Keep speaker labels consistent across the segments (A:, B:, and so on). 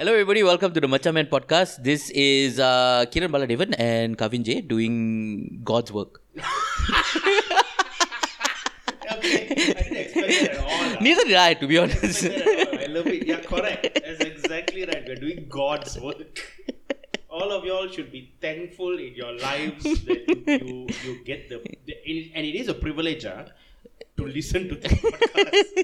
A: everybody. Welcome to the Machaman podcast. This is uh, Kiran Baladevan and Kavin J doing God's work.
B: Okay, I didn't expect that at all. ah.
A: Neither did I, to be
B: I didn't
A: honest.
B: expect that at all. I love it. Yeah, correct. That's exactly right. We're doing God's work. All of y'all should be thankful in your lives that you you get the, the and it is a privilege ah, to listen to this podcast.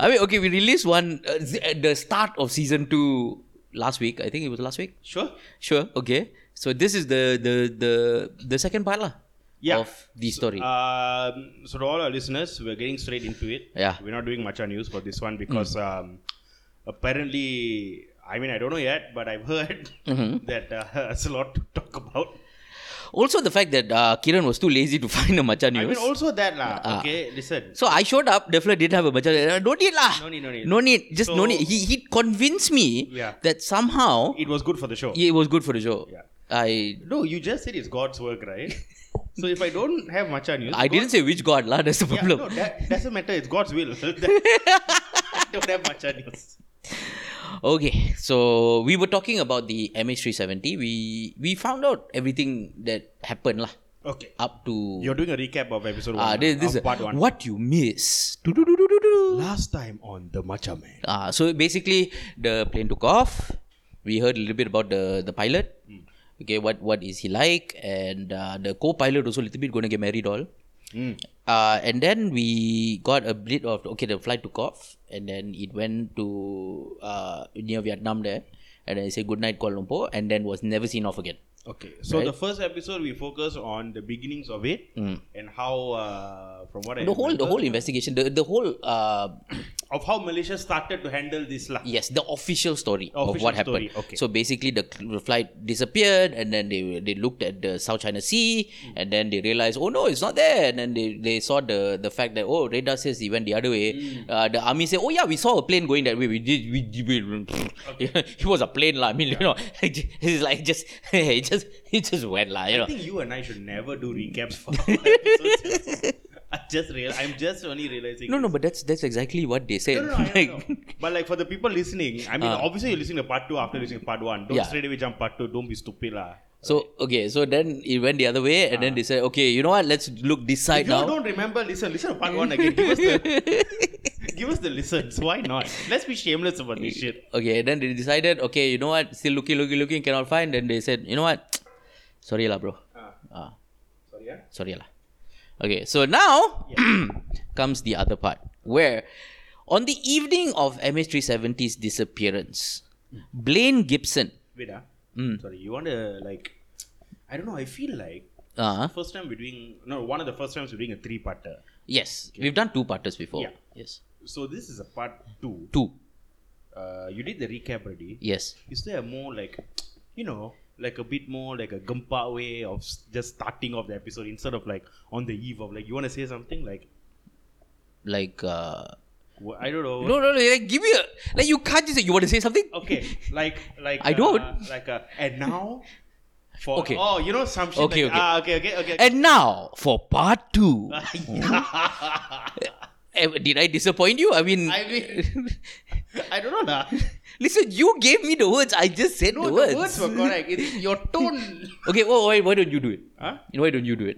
A: I mean, okay, we released one uh, z- at the start of season two last week. I think it was last week.
B: Sure.
A: Sure. Okay. So this is the the the the second part lah,
B: Yeah.
A: of the story.
B: Um, so to all our listeners, we're getting straight into it.
A: Yeah.
B: We're not doing much on news for this one because um, apparently, I mean, I don't know yet, but I've heard that uh, there's a lot to talk about.
A: also, the fact that uh, Kiran was too lazy to find a Macha
B: I
A: news.
B: mean, also that lah.
A: Ah.
B: okay, listen.
A: so I showed up. Definitely did have a Macha. Uh, no need lah.
B: No need, no need.
A: No need. Just no
B: So-
A: need. He he convinced me
B: Yeah.
A: that somehow
B: It was good for the show.
A: it was good for the show.
B: Yeah.
A: I
B: No, you just said it's God's work, right? so if I don't have much on news,
A: I didn't say which God lah. That's the
B: Yeah,
A: problem.
B: no, that doesn't matter. It's God's will. I don't have much on news.
A: Okay, so we were talking about the MH370. We we found out everything that happened lah
B: Okay,
A: up to
B: you're doing a recap of episode one.
A: ah this, this
B: of part one.
A: what you miss. Do-do-do-do-do-do.
B: Last time on the Macha Man.
A: Ah, so basically the plane took off. We heard a little bit about the the pilot.
B: Hmm.
A: Okay, what what is he like? And uh, the co-pilot also a little bit gonna get married all. Uh, and then we got a bit of okay, the flight took off, and then it went to uh, near Vietnam there, and then say goodnight Kuala Lumpur, and then was never seen off again.
B: Okay, so the first episode we focus on the beginnings of it and how, uh, from what I
A: Hmm. The whole the
B: remember,
A: whole investigation, the the whole uh,
B: of how Malaysia started to handle this lah.
A: yes, the official story of
B: Official
A: what happened.
B: story, okay.
A: So basically, the, the flight disappeared, and then they they looked at the South China Sea,
B: Hmm.
A: and then they realized, oh no, it's not there. And then they, they saw the the fact that oh, radar says he went the other way.
B: Hmm.
A: Uh, the army said, oh yeah, we saw a plane going that way. We did we, we it was a plane lah. I mean, you know, it's like just it just it just went lah. You
B: I
A: know.
B: think you and I should never do recaps for our episodes. I just real. I'm just only realizing.
A: No, no, but that's that's exactly what they said.
B: No, no, no, I don't
A: Like, Uh.
B: know. But like for the people listening, I mean, obviously you're listening to part two after listening to part one. Don't
A: Yeah.
B: straight away jump part two. Don't be stupid lah.
A: So okay, so then it went the other way, and then they said, okay, you know what? Let's look this
B: Ah. If
A: side
B: you
A: now.
B: don't remember, listen. Listen to part one again. Give us the. Give us the listens. Why not? Let's be shameless about this shit.
A: Okay, then they decided, okay, you know what? Still looking, looking, looking, cannot find. Then they said, you know what? sorry lah, bro.
B: Ah.
A: Ah,
B: Sorry, yeah.
A: sorry lah. Okay, so now comes the other part where, on the evening of MH370's disappearance, Blaine Gibson.
B: Wait, ah.
A: Hmm.
B: Sorry, you want to like? I don't know. I feel like
A: Uh,
B: first time we're doing no one of the first times we're doing a three parter.
A: yes, we've done two parters before.
B: Yeah.
A: Yes,
B: So this is a part two.
A: two.
B: Uh, you did the recap already.
A: Yes.
B: is there a more like you know like a bit more like a gumpa way of s- just starting off the episode instead of like on the eve of like you want to say something like
A: Like uh,
B: wh- i don't know
A: no, no, no. Like, give me a like. You can't just say you want to say something.
B: okay like like
A: I
B: uh,
A: don't.
B: like uh, and now for
A: Okay.
B: oh you know some shit
A: Okay,
B: like,
A: okay.
B: ah, okay okay okay
A: And now for part two. Eh, Did I disappoint you? I mean,
B: I mean- i don't know nah.
A: listen, you gave me the words. I just said
B: no
A: the
B: the
A: words.
B: words. were correct it's your tone
A: Okay, well, why, why don't you do it?
B: huh?
A: Why don't you do it?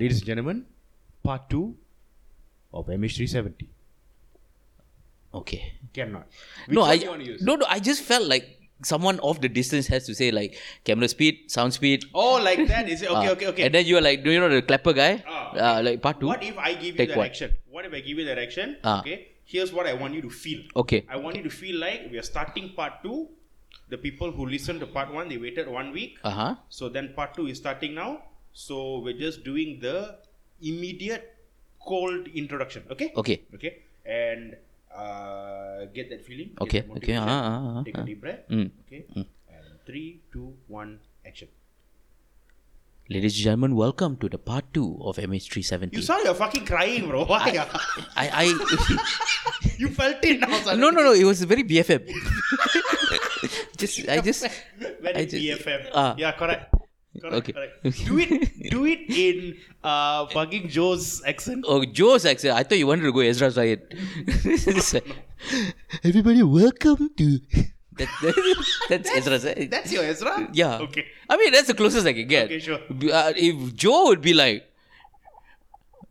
B: ladies and gentlemen part 2 of mh370
A: Okay.
B: cannot
A: no, I
B: you want to use?
A: no, no. I just felt like someone off the distance has to say like camera speed, sound speed.
B: oh like that is it okay
A: uh,
B: okay okay
A: And then you are like, do you know the clapper guy?
B: Ah.
A: Uh, like part two.
B: What if I give you
A: Take what?
B: direction? What? if I give you direction?
A: Ah.
B: Okay. Here's what I want you to feel.
A: Okay.
B: I want you to feel like we are starting part two. The people who listened to part one, they waited one week.
A: Uh huh.
B: So then part two is starting now. So we're just doing the immediate cold introduction. Okay.
A: Okay.
B: Okay. And uh, get that feeling. get
A: Okay,
B: that
A: okay,
B: motivation,
A: ah, ah, ah,
B: Take a
A: ah.
B: deep breath.
A: Mm.
B: Okay. And three, two, one, action.
A: Ladies and gentlemen, welcome to the part two of MH370.
B: You saw you're fucking crying, bro. Why? ah?
A: I, I
B: you felt it now. suddenly.
A: Uh, no, no, no. It was very BFM. just, I just,
B: Very
A: I just-
B: BFM.
A: Ah.
B: yeah, correct. Correct,
A: Okay.
B: correct. Do it do it in uh fucking Joe's accent.
A: Oh, Joe's accent. I thought you wanted to go Ezra's right. Everybody, welcome to. That, that, that's Ezra's. right?
B: That's your Ezra?
A: yeah.
B: Okay.
A: I mean, that's the closest I can get.
B: Okay, sure.
A: B- Uh, if Joe would be like,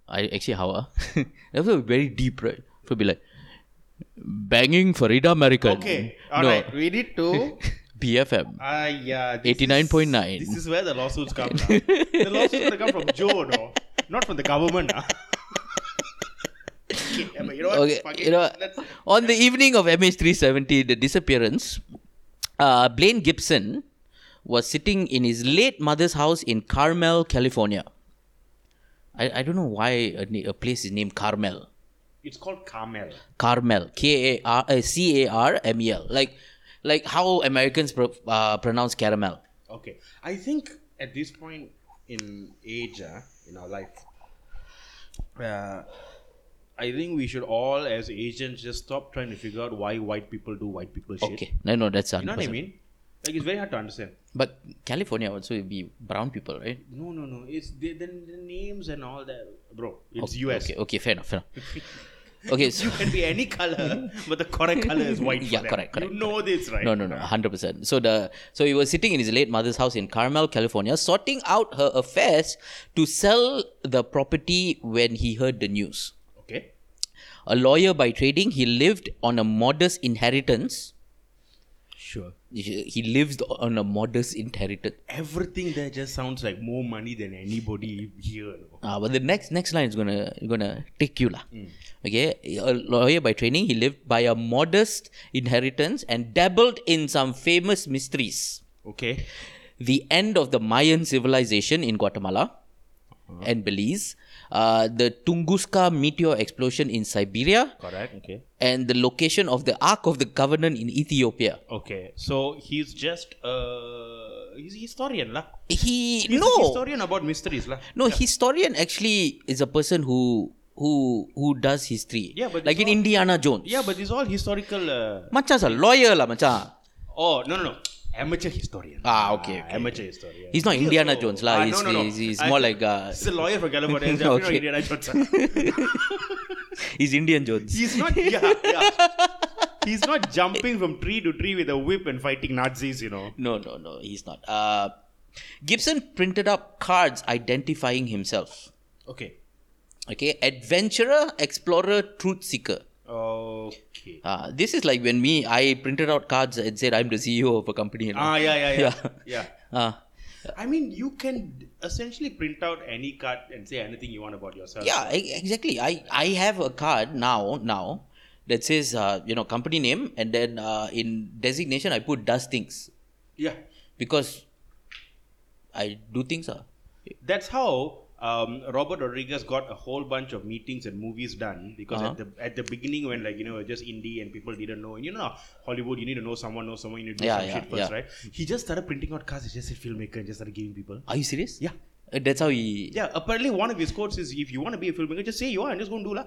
A: I actually how ah, that would be very deep, right? It would be like banging Farida American.
B: Okay.
A: no,
B: Alright. We need to
A: BFM.
B: Ah yeah. this is-
A: 89.9.
B: This is where the lawsuits come from. the lawsuits gonna come from Joe, no? Not from the government, ah. okay, yeah, but you know what?
A: Okay,
B: Fuck it.
A: you know,
B: Let's-
A: on the evening of MH370, the disappearance, uh, Blaine Gibson was sitting in his late mother's house in Carmel, California. I, I don't know why a, na- a place is named Carmel.
B: it's called Carmel.
A: Carmel, K A R uh, C A R M E L, like like how Americans pro- uh, pronounce caramel.
B: Okay. I think at this point in age, uh, in our life, uh, I think we should all, as Asians, just stop trying to figure out why white people do white people shit.
A: Okay, no, no, that's
B: You know what I mean? Like, it's very hard to understand.
A: But California also will be brown people, right?
B: No, no, no. It's the, the, the names and all that. Bro, it's
A: okay,
B: US.
A: Okay, okay, fair enough, fair enough. okay, so
B: You can be any color, but the correct color is white. for
A: Yeah,
B: them.
A: correct, correct,
B: You know this, right?
A: no, no, no, hundred percent. So the so he was sitting in his late mother's house in Carmel, California, sorting out her affairs to sell the property when he heard the news.
B: Okay.
A: A lawyer by trading, he lived on a modest inheritance.
B: Sure.
A: He he lives on a modest inheritance.
B: Everything there just sounds like more money than anybody here. no?
A: Ah, but the next next line is gonna gonna take you lah. Okay, a lawyer by training, he lived by a modest inheritance and dabbled in some famous mysteries.
B: Okay.
A: The end of the Mayan civilization in Guatemala
B: Uh-huh.
A: and Belize, uh, the Tunguska meteor explosion in Siberia,
B: Correct. Okay.
A: and the location of the Ark of the Covenant in Ethiopia.
B: Okay, so he's just uh, he's a historian lah.
A: He
B: He's
A: no
B: a historian about mysteries lah.
A: No, historian actually is a person who who who does history.
B: Yeah, but
A: like
B: it's
A: in Indiana Jones.
B: Yeah, but it's all historical. Uh,
A: Macha's a lawyer lah, macha.
B: oh no no no, amateur historian.
A: Ah, okay, okay.
B: amateur historian.
A: He's not Indiana Jones lah.
B: Ah,
A: he's,
B: no, no, no.
A: he's, he's
B: I-
A: more like uh,
B: He's a lawyer from California. He's definitely
A: Okay.
B: not Indiana Jones. lah.
A: he's Indian Jones.
B: he's not. Yeah, yeah. He's not jumping from tree to tree with a whip and fighting Nazis. You know.
A: No, no, no, he's not. Uh, Gibson printed up cards identifying himself.
B: Okay.
A: Okay, adventurer, explorer, truth seeker.
B: Okay.
A: Uh, this is like when me I printed out cards and said I'm the CEO of a company. you know.
B: Ah, yeah, yeah, yeah,
A: Yeah.
B: yeah.
A: Uh,
B: I mean, you can essentially print out any card and say anything you want about yourself.
A: yeah e- exactly i i have a card now now that says uh, you know company name and then uh, in designation i put does things
B: Yeah,
A: because i do things uh.
B: that's how um, Robert Rodriguez got a whole bunch of meetings and movies done because
A: Uh-huh.
B: at the at the beginning when like you know just indie and people didn't know and you know Hollywood you need to know someone know someone you need to do
A: Yeah,
B: some
A: yeah,
B: shit first
A: yeah.
B: right he just started printing out cards he just said filmmaker and just started giving people
A: are you serious
B: Yeah.
A: Uh, that's how he
B: yeah apparently one of his quotes is if you want to be a filmmaker just say you are and just go and do lah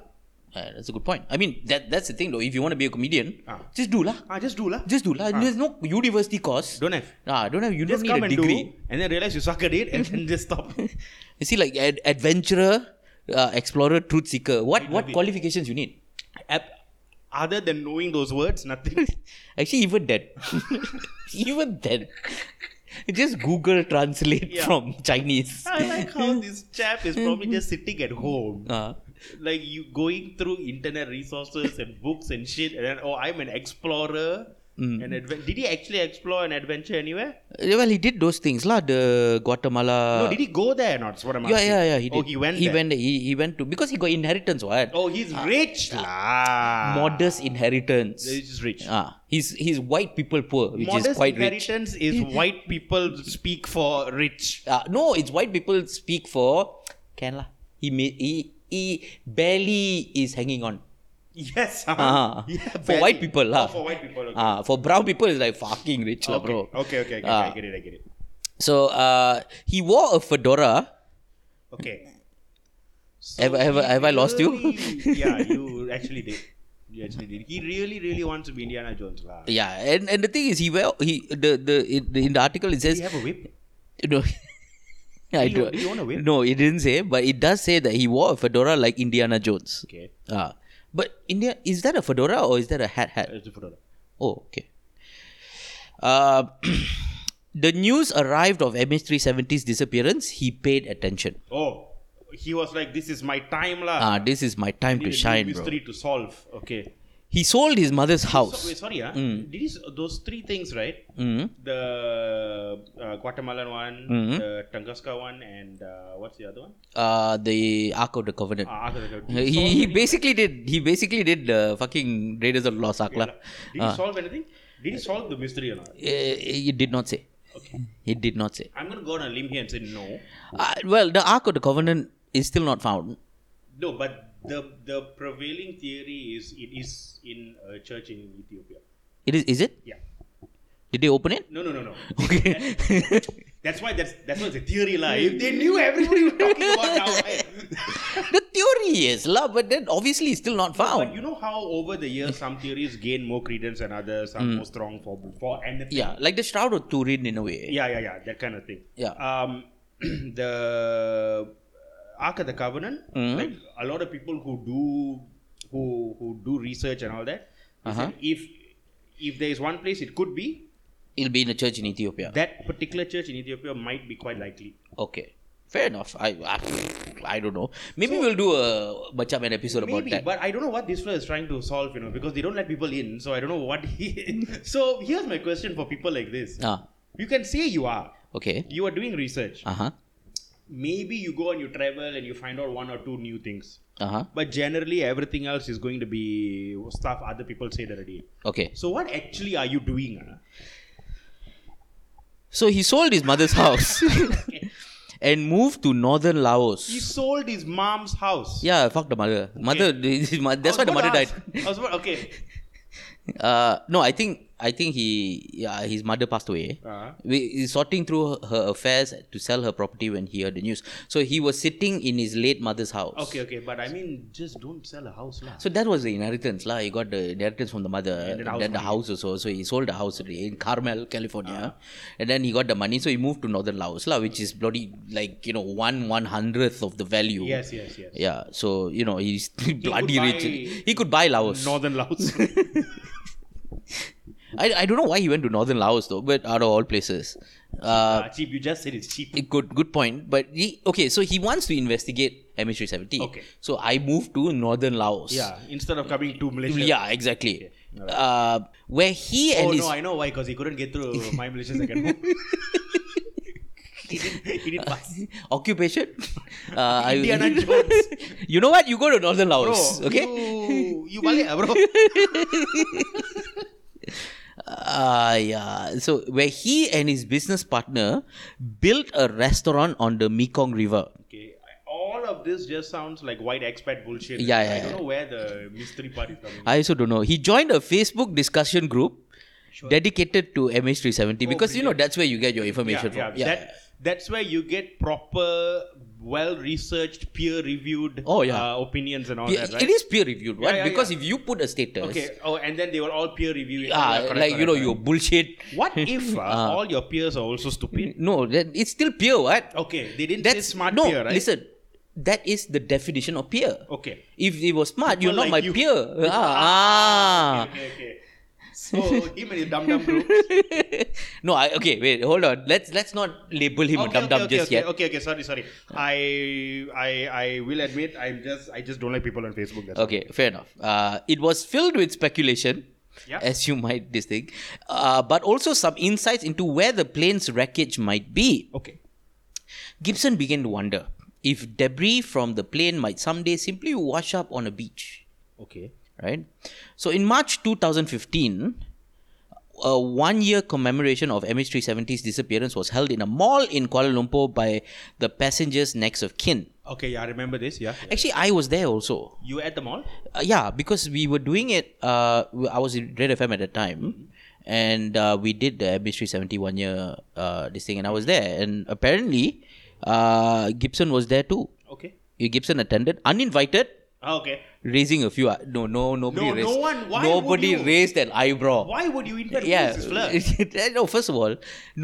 A: uh, that's a good point i mean that that's the thing though if you want to be a comedian
B: Ah.
A: just do lah
B: ah just do lah
A: just do lah there's no university course
B: don't have
A: Ah, don't have you
B: just
A: don't
B: come
A: need a
B: and
A: degree
B: do and then realize you suck at it and then just stop
A: you see like ad- adventurer uh, explorer truth seeker what what qualifications you need
B: Ap- other than knowing those words nothing
A: Actually, even then, even then, just Google Translate
B: Yeah.
A: from Chinese.
B: I like how this chap is probably just sitting at home
A: Uh,
B: like you going through internet resources and books and shit and then oh i'm an explorer
A: Hmm.
B: an adven- did he actually explore and adventure anywhere
A: well, he did those things, lah. The Guatemala.
B: no did he go there or not is what i'm
A: Uh, yeah,
B: asking.
A: yeah, yeah. He did.
B: oh he went
A: He
B: there.
A: went. Ah. He, he went to because he got inheritance. What?
B: oh he's rich lah
A: Modest inheritance.
B: he's just rich
A: Ah, he's he's white people poor, which
B: modest
A: is quite rich.
B: inheritance is white people speak for rich
A: Uh, no, it's white people speak for can lah. He may, he he barely is hanging on.
B: yes huh?
A: Ah,
B: Yeah,
A: for
B: barely.
A: white people lah.
B: oh, for white people okay.
A: Ah, for brown people it's like fucking rich lah, bro.
B: okay okay okay,
A: Ah.
B: i get it i get it
A: So uh, he wore a fedora.
B: Okay. So
A: Have- have-
B: he
A: have I lost you?
B: really- yeah, you actually did. You actually did. He really, really wants to be Indiana Jones. lah.
A: Yeah, and, and the thing is, he wear he the the in, the in the article it
B: Does
A: says
B: he have a whip?
A: no, I
B: Did you-
A: don't-
B: did you wanna win?
A: No, it didn't say, but it does say that he wore a fedora like Indiana Jones.
B: Okay.
A: Ah, but India is that a fedora or is that a hat hat?
B: It's a fedora.
A: Oh, okay. Uh, the news arrived of MH370's disappearance. He paid attention.
B: Oh, he was like, this is my time, lah.
A: Ah, this is my time
B: Need
A: to
B: a new
A: shine, bro.
B: mystery to solve. Okay.
A: He sold his mother's
B: So, wait,
A: house.
B: sorry, ah. These those three things, right?
A: Mm.
B: The uh, Guatemalan one,
A: Mhm.
B: the Tunguska one, and uh, what's the other one?
A: Uh, the Ark of the Covenant.
B: Ah, Ark of the Covenant.
A: he,
B: Did you solve
A: he
B: any-
A: basically did he basically did the fucking Raiders of the Lost Ark lah. Ah.
B: Did he solve anything? Did he solve the mystery or not?
A: Uh, he did not say.
B: Okay.
A: He did not say.
B: I'm gonna go on a limb here and say no.
A: Uh, well, the Ark of the Covenant is still not found.
B: No, but the the prevailing theory is it is in a church in Ethiopia.
A: It is. Is it?
B: Yeah.
A: Did they open it?
B: No, no, no, no.
A: Okay.
B: That's why that's that's why it's a theory lah. If they knew everybody was talking about now. eh.
A: the theory is lah, but then obviously it's still not
B: But
A: found.
B: you know how over the years some theories gain more credence and others are more strong for for anything.
A: Yeah, like the Shroud of Turin in a way.
B: yeah, yeah, yeah, that kind of thing.
A: Yeah.
B: Um, the Ark of the Covenant,
A: Mhm.
B: like a lot of people who do who who do research and all that, they
A: Uh-huh.
B: said if if there is one place it could be
A: It'll be in a church in Ethiopia.
B: that particular church in Ethiopia might be quite likely.
A: Okay. Fair enough. I I, I don't know. Maybe we'll do a macam an episode about
B: Maybe,
A: that.
B: but I don't know what this fellow is trying to solve, you know, because they don't let people in. So I don't know what he. so here's my question for people like this:
A: ah,
B: You can say you are,
A: okay.
B: you are doing research.
A: Uh huh.
B: Maybe you go and you travel and you find out one or two new things.
A: Uh huh.
B: But generally, everything else is going to be stuff other people said already.
A: Okay.
B: So, what actually are you doing? ah?
A: So he sold his mother's house and moved to northern Laos.
B: He sold his mom's house.
A: yeah, fuck the mother. Mother, that's
B: Oh,
A: why the mother died.
B: I was about, okay.
A: Uh, no, I think I think he yeah his mother passed away.
B: Uh-huh.
A: We- he's sorting through her affairs to sell her property when he heard the news. So he was sitting in his late mother's house.
B: Okay, okay. But I mean, just don't sell a house. lah.
A: So that was the inheritance, lah. He got the inheritance from the mother,
B: And
A: and
B: the house Ah.
A: then the house also. So he sold the house in Carmel, California, and then he got the money. So he moved to northern Laos, lah, which is bloody like you know one one hundredth of the value.
B: Yes, yes, yes.
A: Yeah. So you know he's bloody
B: could
A: rich.
B: buy-
A: He could buy Laos.
B: Northern Laos.
A: Uh, I, I don't know why he went to northern Laos though, but out of all places, uh,
B: Ah, cheap. You just said it's cheap.
A: a good good point. But he okay, so he wants to investigate MH370.
B: Okay.
A: So I moved to northern Laos.
B: Yeah. Instead of coming to Malaysia.
A: Yeah, exactly. Uh, where he and
B: Oh
A: his
B: no, I know why. Because he couldn't get through my Malaysia second home. he didn't. He didn't pass.
A: occupation, uh, I-
B: Indiana Jones.
A: you know what? You go to northern
B: Bro,
A: Laos, okay?
B: You, you balik ah, bro.
A: Uh, yeah. So where he and his business partner built a restaurant on the Mekong River.
B: Okay. All of this just sounds like white expat bullshit.
A: Yeah, yeah,
B: I don't
A: yeah.
B: know where the mystery part is coming.
A: I also don't know. He joined a Facebook discussion group dedicated to MH370 because you know that's where you get your
B: Oh, yeah,
A: information
B: yeah,
A: from. Yeah.
B: That, that's where you get proper, well-researched, peer-reviewed
A: Oh, yeah.
B: uh, opinions and all
A: Peer-
B: that, right?
A: It is peer reviewed, right?
B: yeah,
A: because if you put a status,
B: Okay. Oh, and then they will all peer-review it.
A: ah,
B: Yeah, correct,
A: like you
B: correct,
A: know,
B: correct.
A: your bullshit.
B: What if uh, all your peers are also stupid?
A: No, that, it's still peer, what?
B: Okay, they didn't
A: That's
B: say Oh, smart
A: no.
B: peer, right?
A: Listen, that is the definition of peer.
B: Okay.
A: If it was smart,
B: People
A: you're not
B: like
A: my
B: you.
A: peer. Ah, ah.
B: Okay, okay. So him and his dum dum group.
A: no, I, okay, wait, hold on. Let's let's not label him a dum dum
B: okay,
A: just
B: okay,
A: yet.
B: Okay, okay, sorry, sorry. I I I will admit I'm just I just don't like people on Facebook. That's
A: Okay, fair enough. Uh, it was filled with speculation,
B: Yeah.
A: as you might this thing, uh, but also some insights into where the plane's wreckage might be.
B: all. Okay.
A: Gibson began to wonder if debris from the plane might someday simply wash up on a beach,
B: Okay.
A: right? So in March 2015, a one year commemoration of MH370's disappearance was held in a mall in Kuala Lumpur by the passengers' next of kin.
B: Okay, yeah, I remember this, yeah.
A: Actually, I was there also.
B: You were at the mall?
A: Uh, yeah, because we were doing it. Uh, w- I was in Red FM at the time, and uh, we did the Mystery Seventy One year uh, this thing, and I was there. And apparently, uh, Gibson was there too.
B: Okay.
A: Uh, Gibson attended uninvited,
B: Ah, okay.
A: raising a few. eye- No, no, nobody
B: No, no
A: raised.
B: one- why would
A: nobody
B: you?
A: raised an eyebrow.
B: Why would you invite
A: Yeah. eh,
B: Moses Fleur?
A: no, first of all,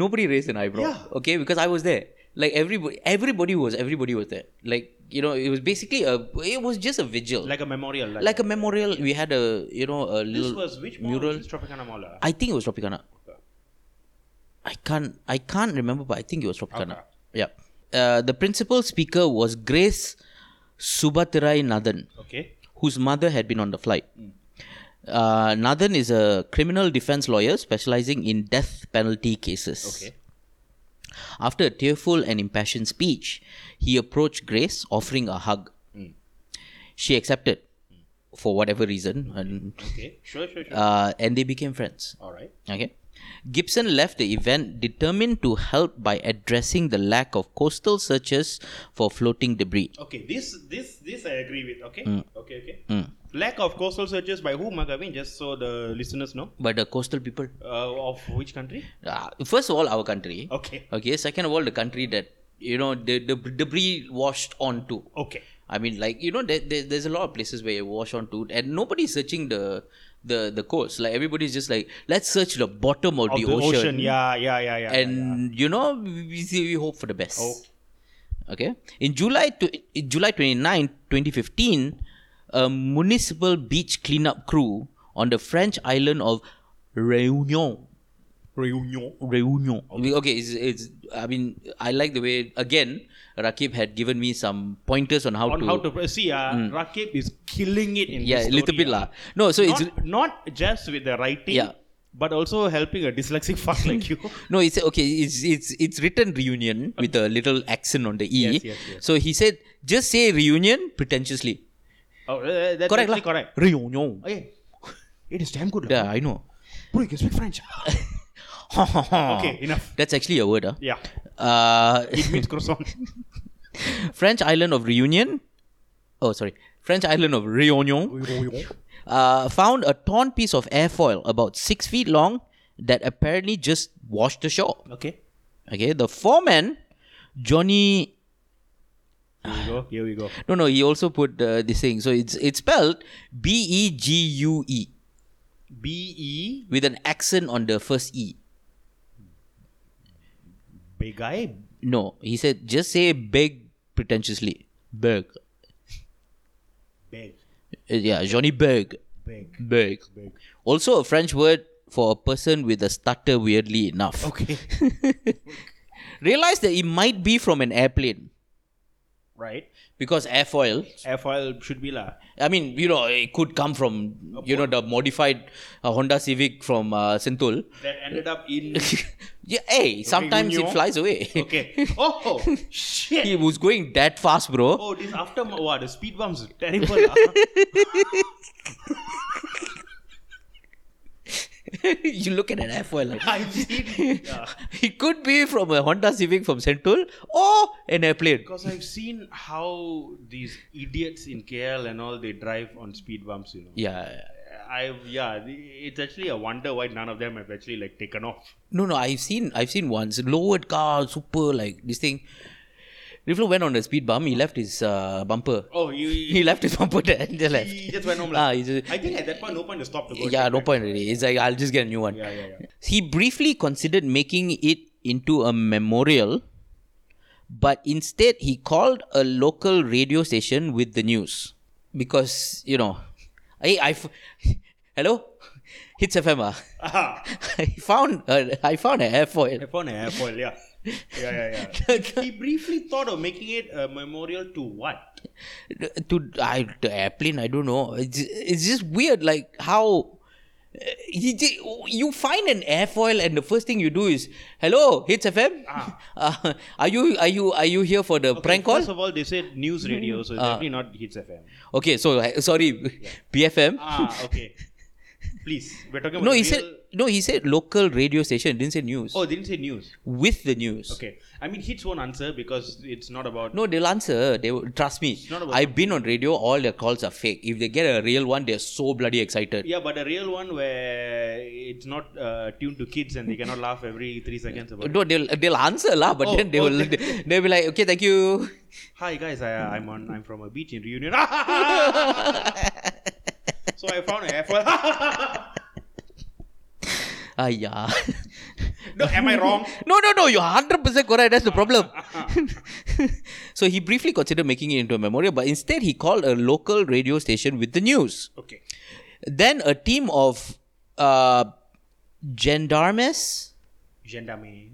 A: nobody raised an eyebrow.
B: Yeah.
A: Okay, because I was there. Like everybody, everybody was everybody was there. Like you know, it was basically a. It was just a vigil, like,
B: Like a memorial. Like,
A: a memorial. We had a you know a
B: this
A: little.
B: was which mall?
A: mural.
B: This is Tropicana Mall. ah?
A: I think it was Tropicana. I can't I can't remember, but I think it was Tropicana. Yeah. Uh, the principal speaker was Grace Subatirai Nathan
B: Okay.
A: whose mother had been on the flight. Uh, Nathan is a criminal defense lawyer specializing in death penalty cases.
B: Okay.
A: After a tearful and impassioned speech, he approached Grace, offering a hug. She accepted, for whatever reason, and,
B: Okay. Sure. Sure. Sure.
A: uh, and they became friends.
B: All right.
A: Okay. Gibson left the event determined to help by addressing the lack of coastal searches for floating debris.
B: Okay. This. This. This. I agree with. Okay.
A: Hmm.
B: Okay. Okay. Lack of coastal searches by whom, Agavin? Just so the listeners know.
A: But the coastal people,
B: Uh, of which country?
A: uh, first of all, our country.
B: Okay.
A: Okay, second of all, the country that you know the, the debris washed onto.
B: Okay.
A: I mean, like you know, there, there, there's a lot of places where it wash onto, and nobody's searching the the the coast. Like everybody's just like, let's search the bottom of,
B: Of the, ocean. Yeah. Yeah. Yeah. Yeah.
A: and you know, we, see- we hope for the best.
B: Oh.
A: Okay. In July to in July 29, 2015, a municipal beach cleanup crew on the French island of Réunion
B: Reunion.
A: Reunion. Okay, it's, it's. I mean, I like the way again. Rakib had given me some pointers on how
B: On
A: to.
B: how to see, uh, Rakib is killing it in
A: Hmm. yeah,
B: this
A: a little
B: story,
A: bit
B: ah.
A: lah. No, so it's
B: not, not just with the writing,
A: Yeah.
B: but also helping a dyslexic fuck like you.
A: no, it's okay. It's it's it's written reunion with a little accent on the e.
B: Yes, yes, yes.
A: So he said, just say reunion pretentiously.
B: Oh, uh, that's
A: Correct lah.
B: actually correct.
A: Reunion.
B: Okay. It is damn good. lah.
A: Yeah, I know.
B: Bro, you can speak French.
A: Ah.
B: okay, enough.
A: That's actually a word. Huh?
B: Yeah.
A: Uh,
B: It means croissant.
A: French island of Reunion. Oh, sorry. French island of Reunion. uh, found a torn piece of airfoil about six feet long that apparently just washed ashore.
B: okay.
A: Okay, the foreman, Johnny.
B: Here we go. Here we go.
A: No, no, he also put uh, this thing. So it's it's spelled B E G U E
B: B E
A: with an accent on the first E.
B: big eye.
A: No, he said just say big pretentiously. Berg.
B: Big.
A: Uh, Yeah, Johnny Berg.
B: Big.
A: Berg.
B: Big.
A: Also a French word for a person with a stutter, weirdly enough.
B: Okay.
A: Realize that it might be from an airplane
B: right.
A: because airfoil.
B: Airfoil should be la.
A: I mean, you know, it could come from, you know, the modified uh, Honda Civic from uh, Sentul.
B: That ended up in.
A: Yeah, hey, sometimes it
B: Reunion.
A: flies away.
B: okay. Oh,
A: he
B: shit.
A: was going that fast, bro.
B: Oh, this after. Wow, the speed bumps are terrible. lah.
A: you look at an airfoil. Like,
B: I've seen. Yeah.
A: it could be from a Honda Civic from Sentul or an airplane.
B: Because I've seen how these idiots in KL and all they drive on speed bumps, you know.
A: Yeah.
B: I've yeah, it's actually a wonder why none of them have actually like taken off.
A: No, no, I've seen, I've seen once lowered car, super like this thing. Riflo went on a speed bump. He left his uh, bumper.
B: Oh, you
A: He left his bumper there and just left.
B: he just went home.
A: Ah,
B: Like,
A: he just-
B: I think at that point, no point to stop to go.
A: yeah,
B: check
A: no
B: back.
A: point really. It's like I'll just get a new one.
B: Yeah, yeah, yeah.
A: He briefly considered making it into a memorial, but instead he called a local radio station with the news because you know, I I f- hello, hits FM. ah.
B: Ah,
A: I found a, I found an airfoil.
B: airfoil, airfoil, yeah. Yeah, yeah, yeah. he briefly thought of making it a memorial to what?
A: to I, the airplane. I don't know. It's, it's just weird, like how. uh, You, ju- you find an airfoil and the first thing you do is hello hits fm uh, are you are you are you here for the prank call
B: Ah.
A: Ah.
B: First of all, they said news radio, so it's definitely not Hits FM.
A: okay so uh, sorry pfm
B: Ah, okay. Please, we're talking about
A: no
B: the
A: he
B: real-
A: said no he said local radio station didn't say news
B: Oh, they didn't say news.
A: with the news
B: Okay. I mean, hits won't answer because it's not about.
A: no they'll answer they will trust me
B: not about
A: i've been on radio all their calls are fake if they get a real one they're so bloody excited
B: Yeah, but a real one where it's not uh, tuned to kids and they cannot laugh every three seconds about it.
A: No, they'll they'll answer lah, but
B: Oh,
A: then they will
B: okay.
A: they'll be like, okay, thank you.
B: Hi guys, I, uh, I'm on. I'm from a beach in Reunion. so I found an apple.
A: Ah yeah.
B: No, am I wrong?
A: No, no, no. You're hundred percent correct. That's the problem. so he briefly considered making it into a memorial, but instead he called a local radio station with the news.
B: Okay.
A: Then a team of uh, gendarmes,
B: Gendarme.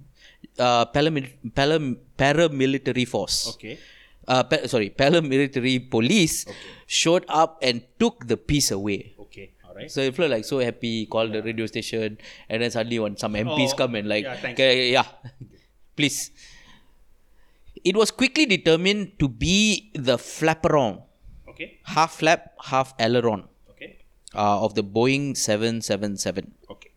A: uh, paramil- param- paramilitary force.
B: Okay.
A: Uh, pa- sorry, paramilitary police showed up and took the piece away.
B: Okay. All right.
A: So it felt like so happy, called the radio station, and then suddenly when some MPs
B: Oh,
A: come and like,
B: yeah, thanks.
A: "Okay, yeah, please. It was quickly determined to be the flapperon,
B: Okay.
A: half flap, half aileron
B: Okay.
A: uh, of the Boeing 777.
B: Okay.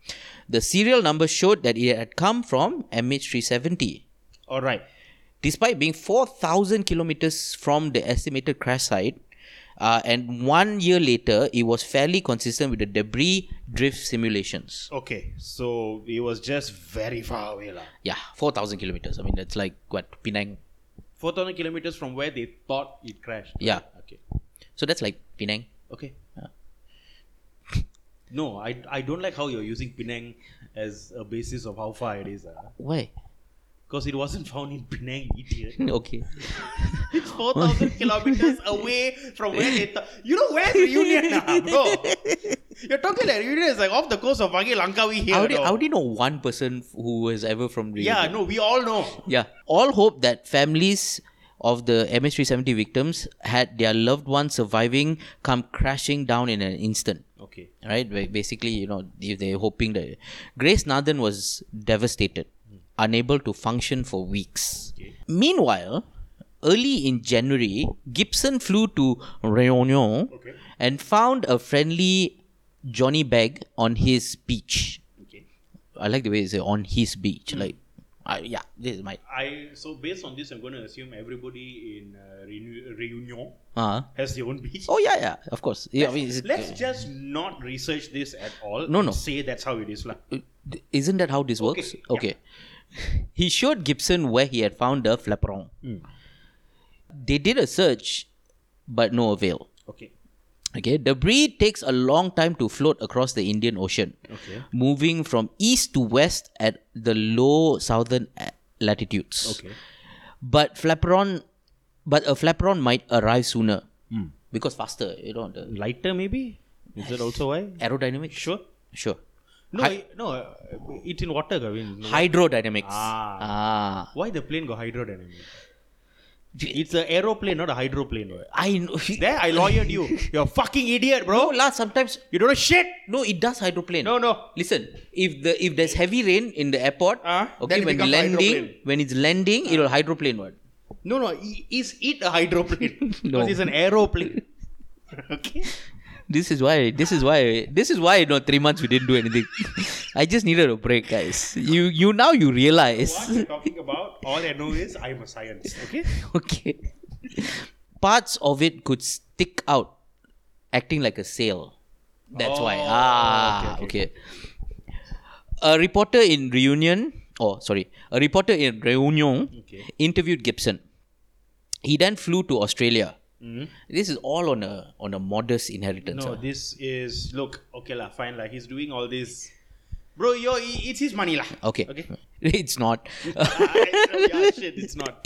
A: The serial number showed that it had come from MH370,
B: All right.
A: despite being 4,000 kilometers from the estimated crash site. Uh, and one year later, it was fairly consistent with the debris drift simulations.
B: Okay. So it was just very far away, lah.
A: Yeah, 4,000 kilometers. I mean, that's like what? Penang.
B: Four thousand kilometers from where they thought it crashed.
A: Yeah.
B: Okay.
A: So that's like Penang.
B: Okay. No, I, I don't like how you're using Penang as a basis of how far it is.
A: Why?
B: Because it wasn't found in Penang, idiot.
A: okay.
B: It's 4,000 kilometers away from where they thought. You know where's Reunion now, bro? You're talking like Reunion is like off the coast of Wagi Lankawi here.
A: I, already,
B: dog.
A: I already know one person who was ever from Rio.
B: yeah, no, we all know.
A: Yeah. All hope that families of the MH370 victims had their loved ones surviving come crashing down in an instant.
B: Okay.
A: Right? Ba- Basically, you know, if they're hoping that. Grace Nathan was devastated, unable to function for weeks.
B: Okay.
A: Meanwhile, early in January, Gibson flew to Réunion
B: Okay.
A: and found a friendly Johnny Bag on his beach.
B: Okay. Hmm.
A: I like the way they say on his beach. Like, I yeah, this is my.
B: I So, based on this, I'm going to assume everybody in uh, Reunion- Reunion
A: Uh,
B: has their own beach.
A: oh, yeah, yeah, of course. Yeah, I mean, is,
B: Let's just not research this at all.
A: No,
B: and
A: no.
B: Say that's how it is. lah.
A: isn't that how this works?
B: yeah.
A: Okay. he showed Gibson where he had found the flaperon.
B: Hmm.
A: They did a search, but no avail.
B: Okay.
A: Okay, debris takes a long time to float across the Indian Ocean,
B: Okay.
A: moving from east to west at the low southern a- latitudes.
B: Okay.
A: But flaperon, but a flaperon might arrive sooner
B: Hmm.
A: because faster. You know the
B: Lighter, maybe? Is that also why?
A: aerodynamics.
B: Sure.
A: sure.
B: No, I, no, uh, it's in water, Gavin. No.
A: Hydrodynamics.
B: Ah.
A: ah.
B: Why the plane got hydrodynamic? It's an aeroplane, not a hydroplane. bro.
A: I know.
B: There, I lawyered you. You're a fucking idiot,
A: no,
B: bro.
A: last sometimes
B: You don't know shit.
A: no, it does hydroplane.
B: No, no.
A: Listen, if the if there's heavy rain in the airport,
B: Ah,
A: okay,
B: then it
A: when
B: becomes
A: landing,
B: hydroplane. Ah.
A: when it's landing, it'll hydroplane what?
B: No, no. i- Is it a hydroplane?
A: No.
B: Because it's an aeroplane. okay.
A: This is why. This is why. This is why. You know, three months we didn't do anything. I just needed a break, guys. You, you now you realize.
B: What you're talking about, all I know is I'm a science. Okay.
A: okay. Parts of it could stick out, acting like a sail. That's why.
B: Oh,
A: Ah, okay,
B: okay,
A: A reporter in Reunion, oh sorry, a reporter in Reunion
B: Okay.
A: interviewed Gibson. He then flew to Australia.
B: Mhm.
A: This is all on a on a modest inheritance.
B: No,
A: ah.
B: this is look. Okay, lah. Fine, lah. He's doing all this. Bro, yo, i- it's his money, lah.
A: okay.
B: Okay.
A: it's not.
B: Ah, it's- yeah, shit, it's not.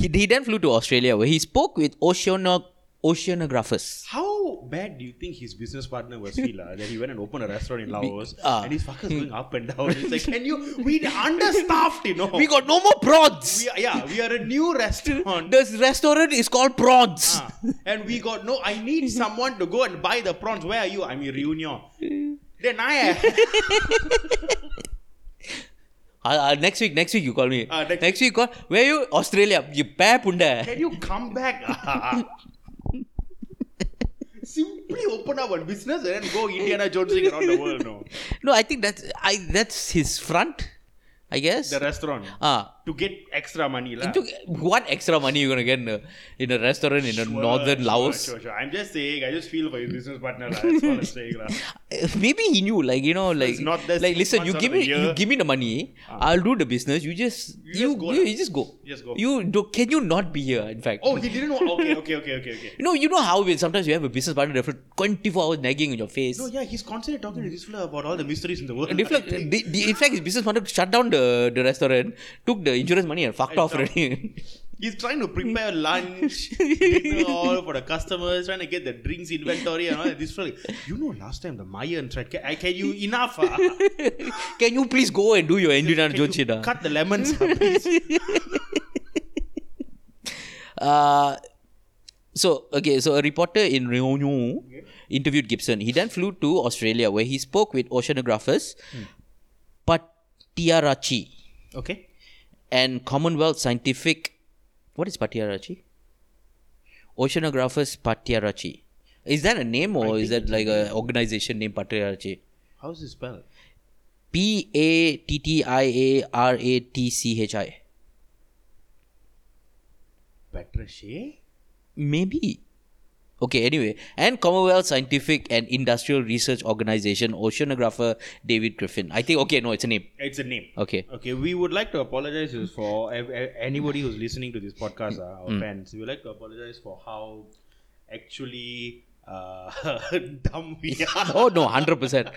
A: he, he then flew to Australia where he spoke with oceano- oceanographers.
B: How bad do you think his business partner was Fila that he went and opened a restaurant in Laos
A: ah.
B: and his fuckers going up and down? He's like, can you? We are understaffed, you know.
A: We got no more prawns.
B: We are, yeah, we are a new restaurant.
A: This restaurant is called Prawns.
B: Ah, and we got no. I need someone to go and buy the prawns. Where are you? I'm in Reunion. Then I.
A: Uh, uh, next week, next week you call me.
B: Ah, next-
A: next week call. Where you? Australia. You pair punda.
B: Can you come back? Simply open up a business and then go Indiana Jonesing around the world. No.
A: No, I think that's I. That's his front. I guess.
B: The restaurant.
A: Ah,
B: to get extra money. lah.
A: into what extra money you gonna get in a, in a restaurant in a
B: Sure,
A: northern
B: sure,
A: Laos?
B: Sure, sure. I'm just saying, I just feel for your business partner. lah. That's all I'm saying. lah.
A: Uh, Maybe he knew, like you know, like
B: not there
A: like
B: six
A: listen, you
B: months
A: give
B: out
A: me
B: of the year. Ah.
A: you give me the money, I'll do the business. You just
B: You just
A: you
B: go
A: you,
B: lah.
A: you just go.
B: Just go.
A: You do, can you not be here? In fact,
B: Oh, he didn't know. Okay, okay, okay, okay, okay.
A: you know you know how when sometimes you have a business partner that's twenty four hours nagging in your face.
B: No, yeah, he's constantly talking to this fella about all the mysteries in the world.
A: And if like, the, the, in fact, his business partner shut down the, the restaurant, took the insurance money and fucked off already.
B: He's trying to prepare lunch, dinner, all for the customers, trying to get the drinks inventory and all that. This fella, you know, last time the Mayan tried, "Ca- I can you enough. ah.
A: Can you please go and do your Indiana
B: Can you
A: Jones shit? ah?
B: Cut the lemons, ah, please.
A: Uh, so okay, so a reporter in Réunion interviewed Gibson. He then flew to Australia where he spoke with oceanographers Patiarachi
B: Okay.
A: and Commonwealth Scientific. What is Patiarachi? Oceanographers Patiarachi. Is that a name or is that like an organization name Patiarachi?
B: How's it spelled?
A: P A T T I A R A T C H I.
B: Patricia?
A: Maybe. Okay, anyway. And Commonwealth Scientific and Industrial Research Organization oceanographer David Griffin. I think, okay, no, it's a name.
B: It's a name.
A: Okay.
B: Okay, we would like to apologize is for ev- ev- anybody who's listening to this podcast, uh, our fans. We would like to apologize for how actually uh, dumb we are.
A: Oh, no, 100%.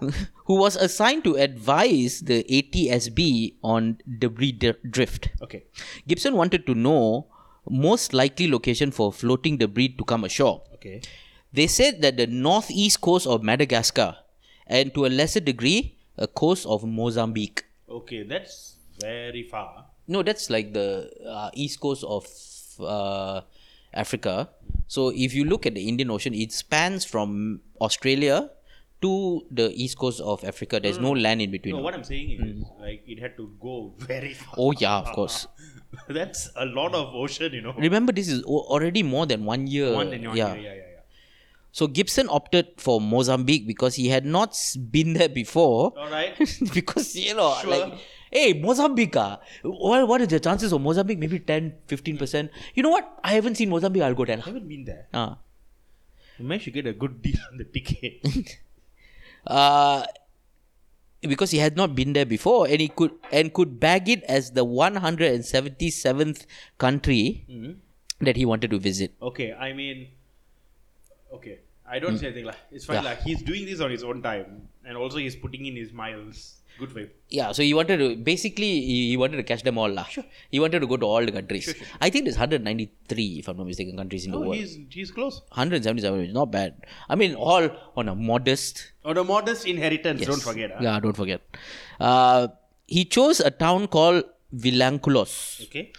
A: Who was assigned to advise the ATSB on debris dr- drift.
B: Okay,
A: Gibson wanted to know most likely location for floating debris to come ashore.
B: okay.
A: They said that the northeast coast of Madagascar and to a lesser degree, a coast of Mozambique.
B: Okay, that's very far.
A: No, that's like the uh, east coast of uh, Africa. So if you look at the Indian Ocean, it spans from Australia to the east coast of Africa. There's no, land in between.
B: No, what I'm saying is, like, it had to go very far.
A: Oh, yeah, of course.
B: that's a lot of ocean, you know.
A: Remember, this is o- already more than one year.
B: One and one, yeah, yeah, yeah. yeah.
A: So Gibson opted for Mozambique because he had not s- been there before.
B: All right.
A: because you know
B: Sure.
A: like hey mozambique ah, what, what is the chances of mozambique maybe 10 15% you know what i haven't seen mozambique i'll go
B: I
A: tell
B: haven't been there.
A: uh.
B: You managed to get a good deal on the ticket.
A: Uh, because he had not been there before and he could and could bag it as the 177th country
B: Mm-hmm.
A: that he wanted to visit
B: Okay, I mean, okay, I don't say anything. Like, it's fine.
A: Hmm. Yeah.
B: Like, he's doing this on his own time, and also he's putting in his miles. Good for him.
A: yeah so he wanted to basically he, he wanted to catch them all lah. he wanted to go to all the countries i think there's 193 if i'm not mistaken countries in the
B: Oh,
A: world
B: he's he's close.
A: 177 is not bad. I mean, all on a modest.
B: On a modest inheritance, don't forget. ah.
A: Yeah, don't forget. Uh, he chose a town called Vilanculos
B: Okay.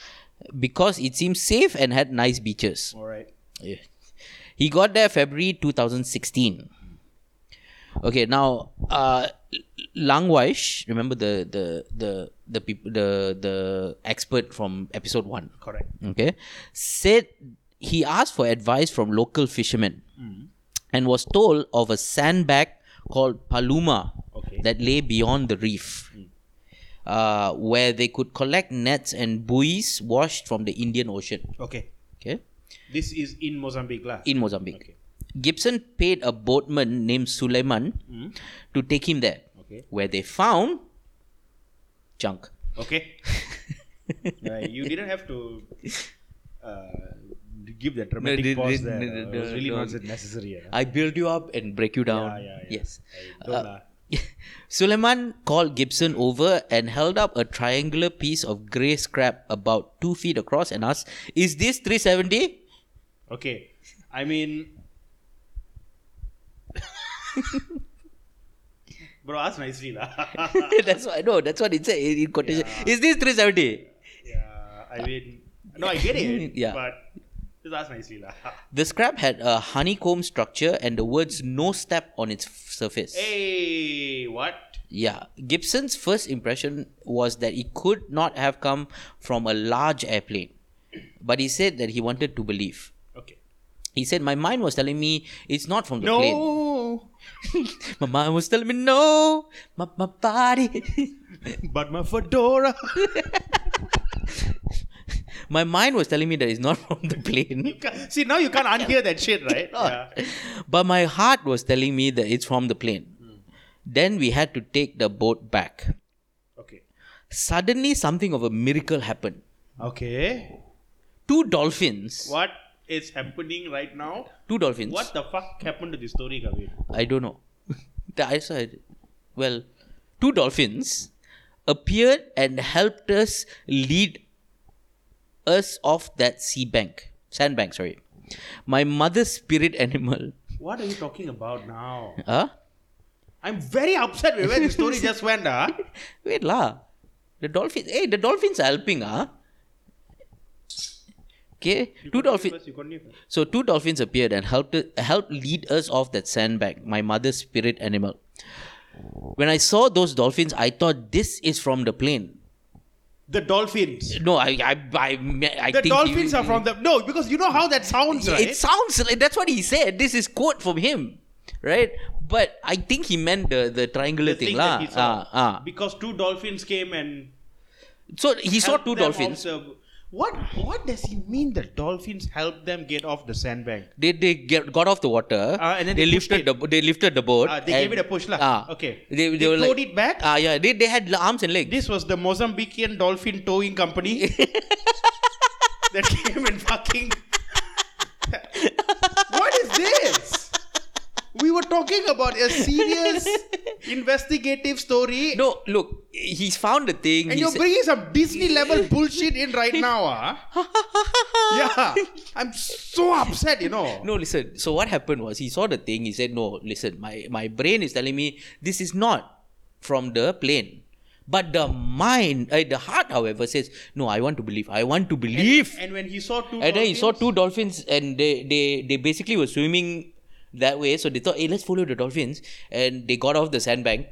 A: because it seemed safe and had nice beaches.
B: All right.
A: Yeah. He got there February 2016. Okay, now uh, Langwaish, remember the the the the people the the expert from episode one
B: Correct.
A: okay, said he asked for advice from local fishermen and was told of a sandbag called Paluma
B: Okay.
A: that lay beyond the reef, uh, where they could collect nets and buoys washed from the Indian Ocean.
B: Okay.
A: Okay,
B: This is in Mozambique, lah.
A: in Mozambique.
B: Okay.
A: Gibson paid a boatman named Suleiman
B: Hmm?
A: to take him there,
B: Okay.
A: where they found junk.
B: Okay. right. You didn't have to. Uh, give that dramatic
A: did-
B: pause
A: did-
B: there.
A: did-
B: ah.
A: did-
B: it was really
A: don't-
B: not necessary. ah.
A: I build you up and break you down.
B: Yeah, yeah, yeah.
A: Yes. Uh,
B: I don't, ah.
A: Suleiman called Gibson over and held up a triangular piece of grey scrap about two feet across and asked, Is this 370?
B: Okay. I mean. Bro, ask nicely. lah.
A: that's what I know. That's what it said in in quotation. Is this 370?
B: yeah, I mean. No, I get it.
A: Yeah.
B: But just ask nicely. lah.
A: The scrap had a honeycomb structure and the words no step on its f- surface.
B: hey, what?
A: Yeah. Gibson's first impression was that it could not have come from a large airplane, but he said that he wanted to believe.
B: Okay.
A: He said, My mind was telling me it's not from the plane.
B: No!
A: my mom was telling me no, my, my body,
B: But my fedora.
A: my mind was telling me that it's not from the plane,
B: You can't- See, now you can't unhear that shit, right? Yeah.
A: but my heart was telling me that it's from the plane. Then we had to take the boat back.
B: Okay.
A: Suddenly, something of a miracle happened.
B: Okay.
A: Two dolphins.
B: What is happening right now?
A: Two dolphins.
B: What the fuck happened to the story, Kavir?
A: I don't know. the I saw it. Well, two dolphins appeared and helped us lead us off that sea bank, sandbank. Sorry, my mother's spirit animal.
B: What are you talking about now?
A: Huh?
B: I'm very upset with where the story just went, ah. huh?
A: Wait lah. The dolphins. Hey, the dolphins are helping. Huh? Okay, two dolphins.
B: First, you continue first.
A: So two dolphins appeared and helped helped lead us off that sandbank, my mother's spirit animal. When I saw those dolphins, I thought this is from the plane.
B: The dolphins.
A: No, I I I, me- I
B: The
A: think
B: dolphins
A: he-
B: are from the no, because you know how that sounds, right?
A: It sounds like that's what he said. This is quote from him, right? But I think he meant the the triangular
B: the thing
A: lah.
B: that he saw.
A: Ah, ah.
B: Because two dolphins came and
A: So he saw
B: helped
A: two
B: them off
A: dolphins.
B: the- what what does he mean? The dolphins helped them get off the sandbank.
A: They they get, got off the water.
B: Ah, and then they pushed
A: lifted
B: it.
A: the bo- they lifted the boat.
B: Ah, they
A: and-
B: gave it a push, lah.
A: Ah,
B: Okay.
A: They they,
B: They
A: were like,
B: towed it back?
A: Ah, yeah. They they had arms and legs.
B: This was the Mozambican dolphin towing company that came and fucking. what is this? We were talking about a serious investigative story,
A: No, look, he's found the thing.
B: and
A: he's,
B: you're bringing some Disney level bullshit in right now, huh? yeah, I'm so upset, you know.
A: no, listen. So what happened was he saw the thing. He said, "No, listen. My my brain is telling me this is not from the plane, but the mind, uh, the heart, however, says, no. I want to believe. I want to believe."
B: And when he saw two,
A: And then he saw
B: dolphins-
A: two dolphins, and they they they basically were swimming that way. So they thought, "Hey, let's follow the dolphins," and they got off the sandbank.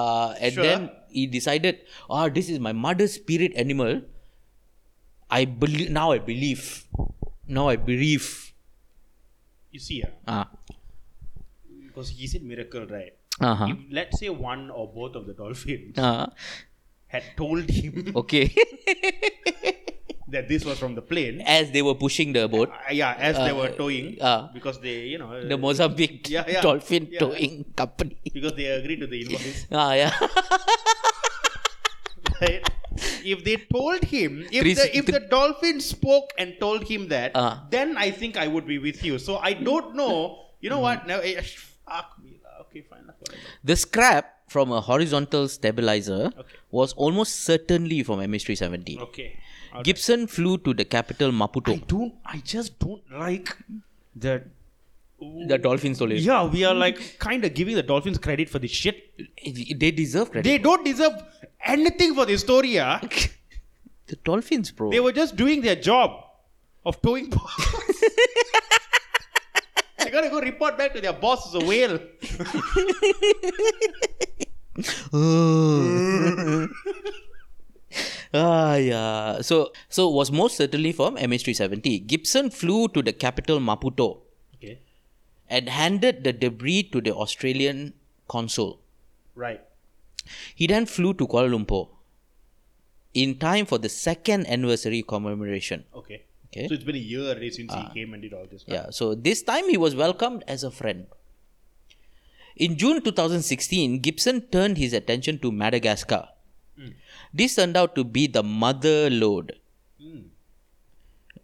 A: Uh, and
B: Sure.
A: then he decided, "Ah, this is my mother's spirit animal. I believe now. I believe now. I believe."
B: You see, huh?
A: Ah,
B: because he said miracle, right?
A: uh huh.
B: If, let's say one or both of the dolphins
A: Uh,
B: had told him
A: okay.
B: that this was from the plane.
A: As they were pushing the boat,
B: Uh, yeah, as they were towing,
A: uh,
B: because they, you know,
A: the Mozambique
B: Yeah, yeah,
A: dolphin
B: yeah.
A: towing company.
B: because they agreed to the invoice,
A: Ah, yeah.
B: right? If they told him, if
A: Three-
B: the if the dolphin spoke and told him that,
A: Uh.
B: then I think I would be with you. So I don't know. You
A: Mm.
B: know what? Now, eh, sh- fuck me. lah. Okay, fine. lah, whatever.
A: The scrap from a horizontal stabilizer
B: Okay.
A: was almost certainly from MS370.
B: Okay. I'll-
A: Gibson flew to the capital
B: I
A: Maputo.
B: don't. I just don't like that.
A: The dolphins stole it.
B: Yeah, we are like kind of giving the dolphins credit for this shit.
A: They deserve credit.
B: They don't deserve anything for this story, ah.
A: the dolphins, bro.
B: They were just doing their job of towing boats. they gotta go report back to their boss as a whale.
A: ah, yeah. So, so was most certainly from MH370. Gibson flew to the capital Maputo
B: Okay.
A: and handed the debris to the Australian consul.
B: Right.
A: He then flew to Kuala Lumpur in time for the second anniversary commemoration.
B: Okay. Ah.
A: Okay.
B: So it's been a year already since he came and did all this. right?
A: Yeah, so this time he was welcomed as a friend. In June 2016, Gibson turned his attention to Madagascar.
B: Hmm.
A: This turned out to be the mother load.
B: Hmm.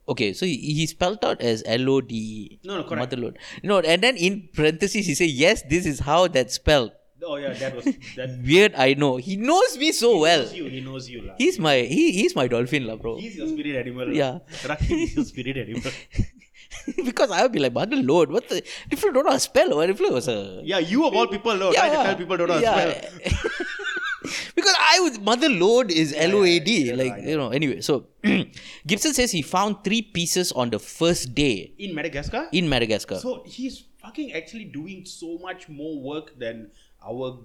A: Okay, so he, he spelled out as L O D E.
B: No, no, correct.
A: Mother load. No, and then in parentheses he said, "Yes, this is how that's spelled."
B: Oh yeah, that was that.
A: Weird, I know. He knows me so well.
B: knows you. He knows you, lah.
A: He's my he, he's my dolphin, la, bro.
B: He's your spirit animal. lah.
A: Yeah.
B: Rakhi is your spirit animal.
A: because I would be like mother load. What the? If you don't know how to spell, what if it was a
B: Yeah, you of all people know. right? I tell people don't know.
A: yeah.
B: as well.
A: because I was mother load is L O A D.
B: yeah,
A: Like,
B: I
A: you know, anyway. So Gibson says he found three pieces on the first day
B: In Madagascar.
A: in Madagascar.
B: So he's fucking actually doing so much more work than our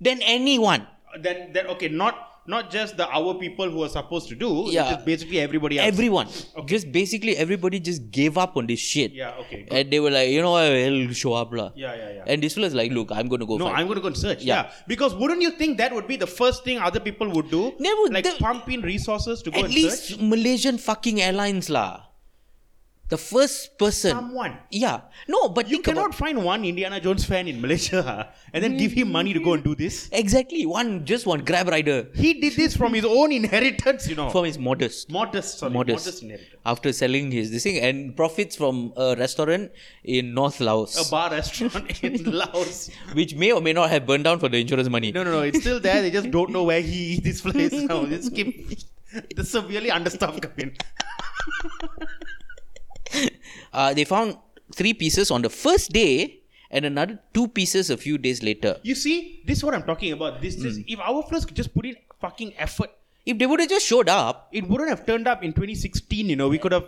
A: then anyone.
B: then then okay not not just the our people who are supposed to do,
A: Yeah.
B: it's just basically everybody else.
A: Everyone. Just basically everybody just gave up on this shit.
B: yeah, okay. good.
A: And they were like, you know what, will show up lah.
B: Yeah, yeah, yeah.
A: And this fella's like, look, I'm gonna go
B: no,
A: fight.
B: I'm going to go and search.
A: Yeah.
B: Yeah. Because wouldn't you think that would be the first thing other people would do?
A: Never,
B: Like
A: the-
B: pump in resources to go
A: At
B: and
A: least
B: search?
A: Malaysian fucking airlines lah. The first person.
B: Someone.
A: Yeah. No, but
B: You
A: think about-
B: cannot find one Indiana Jones fan in Malaysia and then give him money to go and do this.
A: exactly one just one grab rider
B: He did this from his own inheritance, you know.
A: from his modest.
B: modest, sorry, modest,
A: Modest.
B: inheritance.
A: After selling his this thing and profits from a restaurant in North
B: A
A: Laos,
B: bar restaurant in Laos.
A: which may or may not have burned down for the insurance money.
B: No, no, no. It's still there. They just don't know where he this place now. Just keep the severely understaffed cabin.
A: Uh, they found three pieces on the first day and another two pieces a few days later.
B: You see, this is what I'm talking about. This,
A: Hmm.
B: this if our fellows could just put in fucking effort,
A: If they would have just showed up,
B: it wouldn't have turned up in 2016. You know, we could have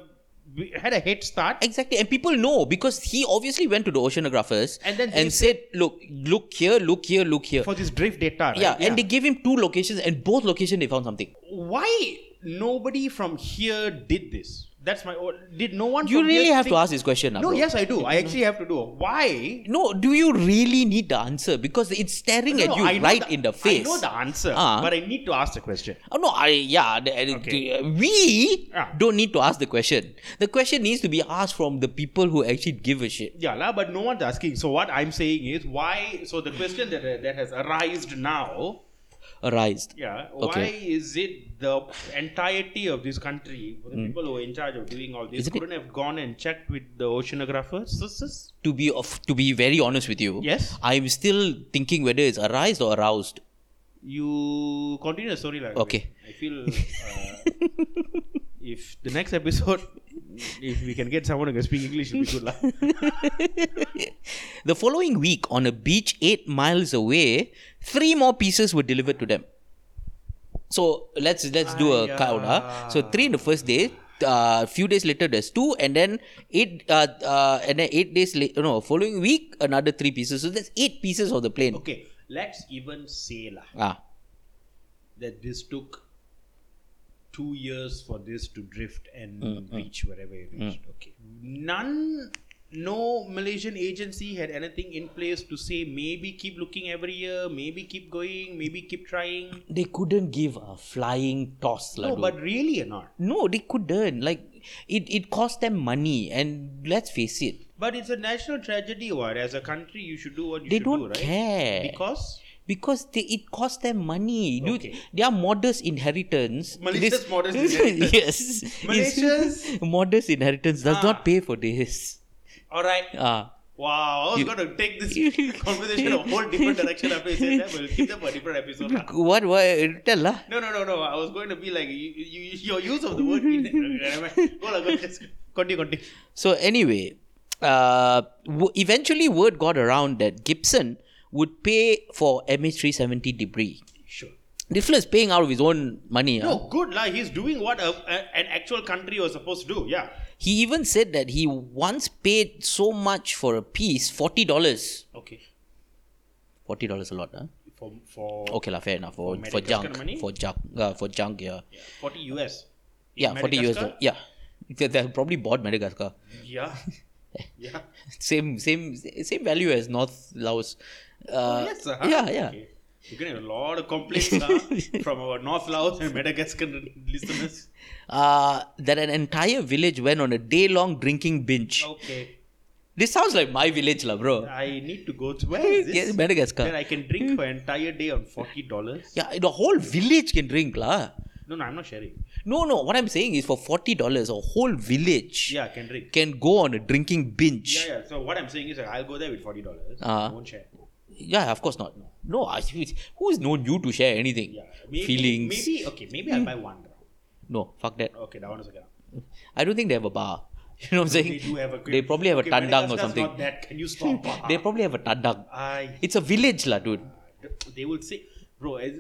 B: we had a head start.
A: exactly, and people know because he obviously went to the oceanographers
B: And then they
A: and said, "Look, look here, look here, look here."
B: For this drift data, right?
A: yeah, and they gave him two locations, and both locations they found something.
B: why nobody from here did this? That's my. o- Did no one?
A: You
B: from
A: really
B: here
A: have to
B: think-
A: ask this question, ah,
B: No,
A: bro.
B: yes, I do. I actually have to do. Why?
A: No, do you really need the answer? Because it's staring
B: No,
A: at you
B: I know
A: right in the face.
B: I know the answer,
A: Ah.
B: but I need to ask the question.
A: Oh, no, I yeah. the- uh, the-
B: Okay.
A: We
B: Ah.
A: don't need to ask the question. The question needs to be asked from the people who actually give a shit.
B: Yeah, lah, but no one's asking. So what I'm saying is why? So the question that that has arisen now,
A: Arised.
B: yeah, why
A: Okay.
B: is it the entirety of this country, the people who are in charge of doing all this,
A: Hmm. Isn't it-
B: couldn't have gone and checked with the oceanographers? Sisters?
A: To be of, to be very honest with you.
B: Yes.
A: I'm still thinking whether it's arised or aroused.
B: You continue the story like
A: Okay.
B: I feel uh, if the next episode, if we can get someone who can speak English, it'll be good, lah.
A: The following week, on a beach eight miles away, three more pieces were delivered to them. So let's let's do a
B: Aiya.
A: count, huh? So three in the first day. A uh, few days later, there's two, and then eight, uh, uh, and then eight days later, no, following week, another three pieces. So that's eight pieces of the plane.
B: Okay, let's even say lah.
A: Ah,
B: that this took two years for this to drift and
A: Mm,
B: reach wherever it reached. Okay. None, no Malaysian agency had anything in place to say maybe keep looking every year, maybe keep going, maybe keep trying.
A: they couldn't give a flying toss, lah,
B: No,
A: dude.
B: but really or not.
A: no, they couldn't. Like, it it cost them money, and let's face it,
B: But it's a national tragedy. What as a country you should do what you
A: they
B: should
A: don't
B: do, right?
A: care
B: Because
A: Because they, it costs them money. Dude,
B: Okay.
A: their modest inheritance.
B: Malicious modest inheritance.
A: yes. is-
B: Malicious-
A: modest inheritance does
B: Ah.
A: not pay for this.
B: all right.
A: Ah.
B: Wow, I was gonna take this conversation a whole different direction after you said that. We'll keep them for a different episode. lah.
A: What? What? Tell ah. lah.
B: No, no, no, no. I was going to be like you, you, you- your use of the word. in- Never mind. Go, lah, go, just continue, continue.
A: So anyway, uh, w- eventually word got around that Gibson would pay for MH370 debris.
B: Sure.
A: Diffler is paying out of his own money. ah.
B: No, good lah. He's doing what a, a, an actual country was supposed to do. Yeah.
A: He even said that he once paid so much for a piece, $40.
B: Okay.
A: $40 a lot, ah. huh?
B: For for
A: Okay, la, fair enough. For,
B: For
A: for
B: Madagascar
A: junk.
B: money?
A: For junk. Uh, for junk, yeah.
B: yeah, forty US. In
A: Yeah, 40 years old.
B: Madagascar?
A: Yeah. They, they probably bought Madagascar.
B: Yeah. Yeah.
A: Same same same value as North Laos. Uh,
B: Oh, yes, sir. huh?
A: Yeah, yeah.
B: Okay. You're getting a lot of complaints lah, from our North Laos and Madagascar listeners.
A: Uh, that an entire village went on a day long drinking binge.
B: Okay.
A: This sounds like my village, la, bro.
B: I need to go to where is this?
A: Yes, Madagascar.
B: Where I can drink for entire day on forty dollars.
A: Yeah, the whole village can drink, la.
B: No, no, I'm not sharing.
A: No, no, what I'm saying is for $40, a whole village
B: Yeah, I can drink.
A: can go on a drinking binge.
B: Yeah, yeah. So what I'm saying is, like, I'll go there with forty dollars.
A: Uh-huh.
B: I won't share.
A: Yeah, of course not. No, I, who's known you to share anything?
B: Yeah, maybe,
A: Feelings.
B: Maybe okay. Maybe I'll buy one. round.
A: No, fuck that.
B: Okay, that one is okay.
A: I don't think they have a bar. You know what I'm saying?
B: They do have a. Good,
A: They probably have a
B: okay,
A: tandang or
B: Madagascar's
A: something.
B: Not that. Can you stop?
A: They probably have a tandang.
B: I.
A: It's a village, lah, dude.
B: They will say, bro. is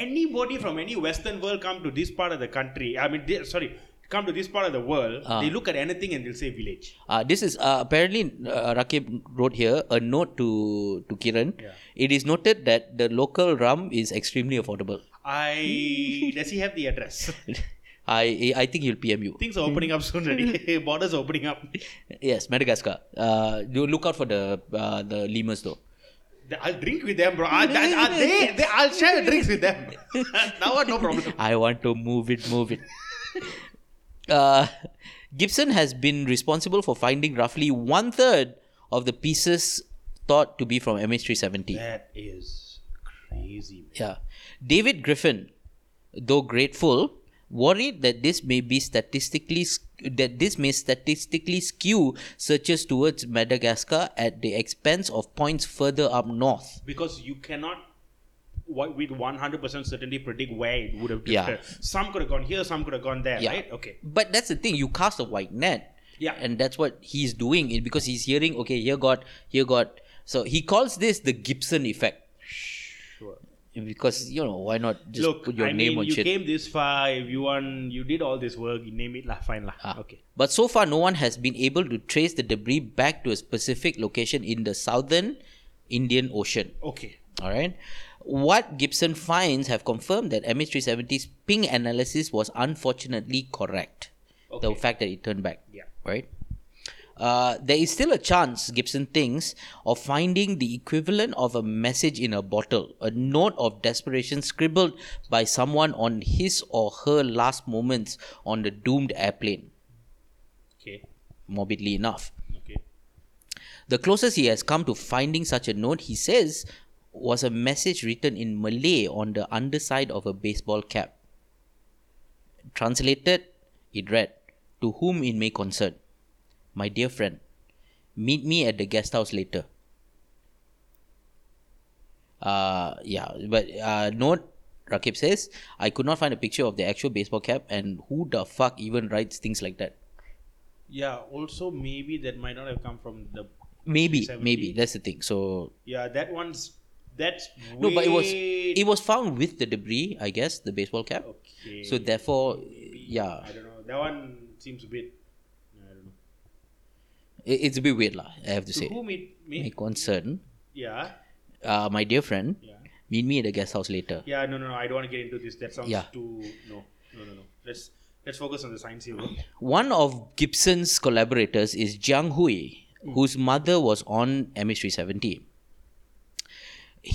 B: Anybody from any Western world come to this part of the country? I mean, they, sorry, come to this part of the world.
A: Ah.
B: They look at anything and they'll say village.
A: Uh, this is uh, apparently uh, Rakib wrote here a note to to Kiran.
B: Yeah.
A: It is noted that the local rum is extremely affordable.
B: I does he have the address?
A: I I think he'll PM you.
B: Things are opening up soon already. Borders are opening up.
A: Yes, Madagascar. Uh, you look out for the uh, the lemurs though.
B: Th- I'll drink with them, bro. I, I, I, they, they, I'll share the drinks with them. now what? No problem.
A: I want to move it, move it. uh, Gibson has been responsible for finding roughly one third of the pieces thought to be from MH370.
B: That is crazy. Man.
A: Yeah. David Griffin, though grateful, worried that this may be statistically that this may statistically skew searches towards Madagascar at the expense of points further up north.
B: Because you cannot wi- with 100% certainty predict where it would have
A: Yeah.
B: drifted. Some could have gone here, some could have gone there,
A: Yeah.
B: right? Okay.
A: But that's the thing, you cast a wide net.
B: Yeah.
A: And that's what he's doing it because he's hearing, okay, here got here got so he calls this the Gibson effect.
B: Sure.
A: Because you know, why not just
B: Look,
A: put your
B: I
A: name
B: mean,
A: on
B: you
A: shit.
B: came this far. If you won, you did all this work. You name it, lah. Fine, lah.
A: Ah.
B: Okay.
A: But so far, no one has been able to trace the debris back to a specific location in the southern Indian Ocean.
B: Okay.
A: All right. What Gibson finds have confirmed that MH370's ping analysis was unfortunately correct. The
B: Okay.
A: fact that it turned back.
B: Yeah.
A: Right. Uh, there is still a chance, Gibson thinks, of finding the equivalent of a message in a bottle, a note of desperation scribbled by someone on his or her last moments on the doomed airplane,
B: Okay.
A: morbidly enough.
B: Okay.
A: The closest he has come to finding such a note, he says, was a message written in Malay on the underside of a baseball cap. Translated, it read, To whom it may concern, my dear friend, meet me at the guest house later. Uh, yeah, but uh, note, Rakib says, I could not find a picture of the actual baseball cap, and who the fuck even writes things like that?
B: Yeah. Also, maybe that might not have come from the.
A: Maybe,
B: 70.
A: maybe, that's the thing. So,
B: Yeah, that one's. That's.
A: No, but it was
B: way-
A: it was found with the debris, I guess, the baseball cap.
B: Okay.
A: So therefore, yeah,
B: I don't know. That one seems a bit. I don't know.
A: it, it's a bit weird, lah. I have to
B: To
A: say.
B: whom it may.
A: My concern,
B: Yeah.
A: uh, my dear friend,
B: Yeah.
A: meet me at the guest house later.
B: Yeah. No, no, no. I don't want to get into this. That sounds
A: Yeah.
B: too. No. No, no, no. Let's let's focus on the science here. bro.
A: One of Gibson's collaborators is Jiang Hui,
B: Mm.
A: whose mother was on MH370.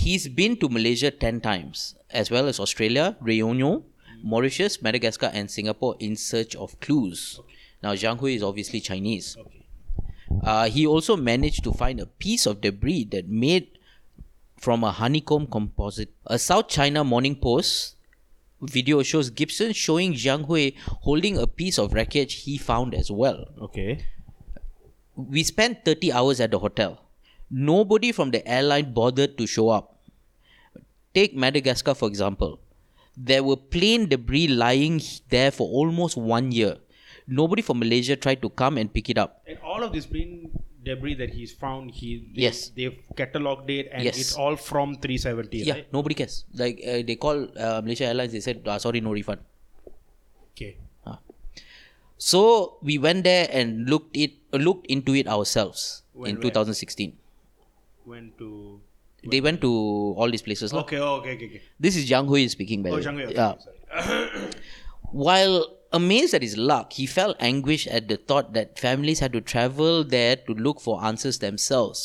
A: He's been to Malaysia 10 times, as well as Australia, Reunion,
B: Mm.
A: Mauritius, Madagascar, and Singapore in search of clues. Now, Jiang Hui is obviously Chinese.
B: Okay.
A: Uh, he also managed to find a piece of debris that made from a honeycomb composite. A South China Morning Post video shows Gibson showing Zhang Hui holding a piece of wreckage he found as well.
B: Okay.
A: We spent 30 hours at the hotel. Nobody from the airline bothered to show up. Take Madagascar for example. There were plane debris lying there for almost one year. Nobody from Malaysia tried to come and pick it up.
B: And all of this plane debris that he's found, he they,
A: Yes.
B: they've cataloged it, and
A: Yes.
B: it's all from 370.
A: Yeah,
B: Right?
A: nobody cares. Like uh, they call uh, Malaysia Airlines, they said, ah, sorry, no refund.
B: Okay.
A: So we went there and looked it uh, looked into it ourselves
B: When
A: in
B: where?
A: 2016.
B: Went to.
A: They went to all these places. lah.
B: Okay. Oh, okay. Okay. okay.
A: This is Jiang Hui speaking, by the
B: Oh,
A: way.
B: Zhang Wei, okay,
A: Yeah.
B: sorry.
A: While amazed at his luck, he felt anguish at the thought that families had to travel there to look for answers themselves.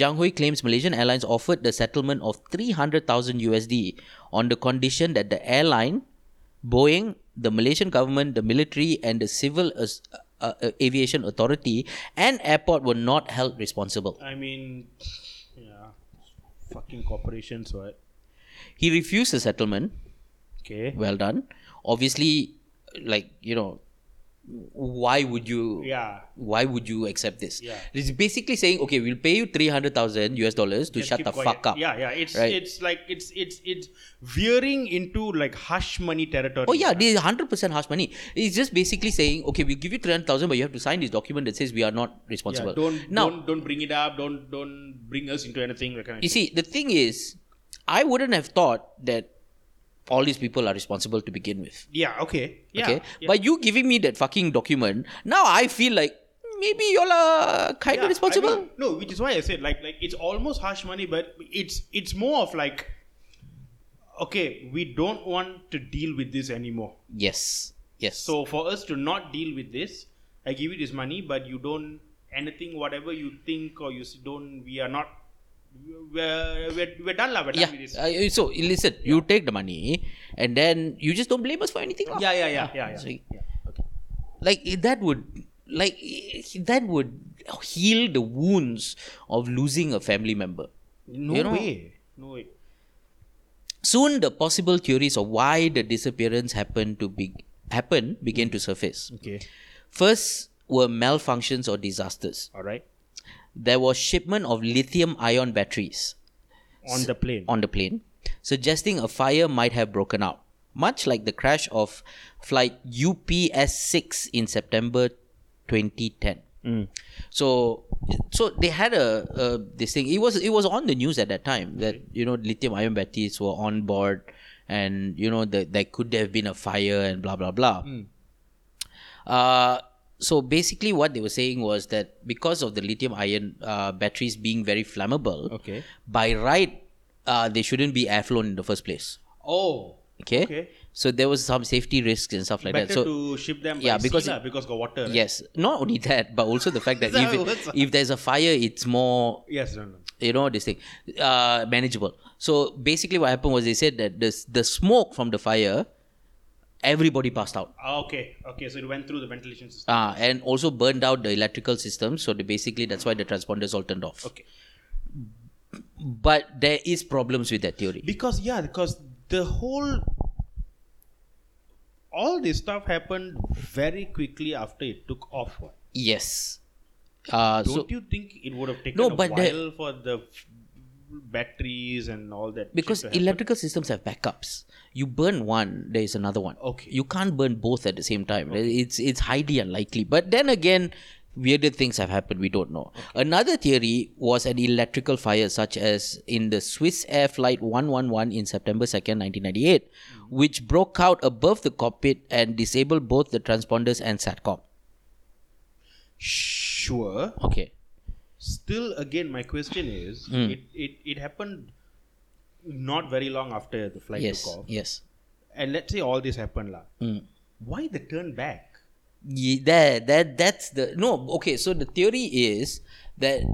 A: Zhang Hui claims Malaysian Airlines offered the settlement of 300,000 USD on the condition that the airline, Boeing, the Malaysian government, the military, and the Civil as- uh, uh, Aviation Authority and airport were not held responsible.
B: I mean, yeah. Fucking corporations, right?
A: He refused the settlement.
B: Okay.
A: Well done. Obviously, like, you know, why would you
B: Yeah.
A: why would you accept this?
B: Yeah.
A: It's basically saying, okay, we'll pay you 300,000 US dollars to
B: Just
A: shut
B: keep
A: the
B: quiet.
A: fuck up.
B: Yeah, yeah. It's
A: Right.
B: it's like it's it's it's veering into like hush money territory.
A: Oh, yeah, this is 100% harsh money. It's just basically saying, okay, we'll give you 300,000, but you have to sign this document that says we are not
B: Yeah,
A: responsible.
B: don't
A: now,
B: don't don't bring it up. Don't don't bring us into anything. That kind of
A: you see, the thing is, I wouldn't have thought that all these people are responsible to begin with.
B: thing. Yeah. Okay. Yeah.
A: okay?
B: yeah.
A: By you giving me that fucking document, now I feel like maybe you all are kind
B: Yeah,
A: of responsible.
B: I mean, no, which is why I said like like it's almost harsh money, but it's it's more of like okay, we don't want to deal with this anymore.
A: Yes. Yes.
B: So for us to not deal with this, I give you this money, but you don't anything whatever you think or you s- don't. We are not. We're we're, we're done lah. We're
A: yeah.
B: done with this.
A: Uh, so listen, you take the money, and then you just don't blame us for anything. lah.
B: yeah, yeah, yeah, yeah, yeah.
A: So, Like eh, that would like eh, that would heal the wounds of losing a family member.
B: No
A: You know-
B: way. No way.
A: Soon, the possible theories of why the disappearance happened to be happen began to surface.
B: Okay.
A: First were malfunctions or disasters.
B: All right.
A: There was shipment of lithium-ion batteries
B: On the plane.
A: on the plane, suggesting a fire might have broken out, much like the crash of flight UPS 6 in September 2010. So, so they had a, a this thing. It was it was on the news at that time that you know lithium ion batteries were on board, and you know that there could have been a fire and blah blah blah. Uh, so basically, what they were saying was that because of the lithium ion uh, batteries being very flammable,
B: Okay.
A: by right, uh, they shouldn't be air flown in the first place.
B: Oh.
A: Okay.
B: Okay.
A: So there was some safety risks and stuff like
B: Better
A: that. So
B: to ship them.
A: Yeah,
B: by sea
A: because
B: lah, because got water. right?
A: yes, not only that, but also the fact that
B: Is that
A: if,
B: how it works?
A: if there's a fire, it's more
B: Yes. No. No.
A: you know this thing uh, manageable. So basically, what happened was they said that the the smoke from the fire, everybody passed out.
B: Ah, okay. Okay. So it went through the ventilation system.
A: Uh, and also burned out the electrical system. So they basically, that's why the transponders all turned off.
B: Okay.
A: But there is problems with that theory.
B: Because yeah, because the whole all this stuff happened very quickly after it took off. What?
A: Yes. Uh,
B: Don't
A: so
B: you think it would have taken
A: No,
B: a
A: but the-
B: while for the f- batteries and all that? shit
A: because
B: to happen?
A: electrical systems have backups. You burn one, there is another one.
B: Okay.
A: You can't burn both at the same time. It's it's highly unlikely. But then again, weirder things have happened. We don't know. Another theory was an electrical fire, such as in the Swiss Air Flight 111 in September 2nd, 1998,
B: Mm.
A: which broke out above the cockpit and disabled both the transponders and satcom.
B: sure.
A: Okay.
B: Still, again, my question is,
A: Hmm.
B: it, it it happened not very long after the flight
A: yes. Hmm.
B: took off,
A: Yes.
B: and let's say all this happened, lah. Why the turn back?
A: Ye- that that that's the no okay so the theory is that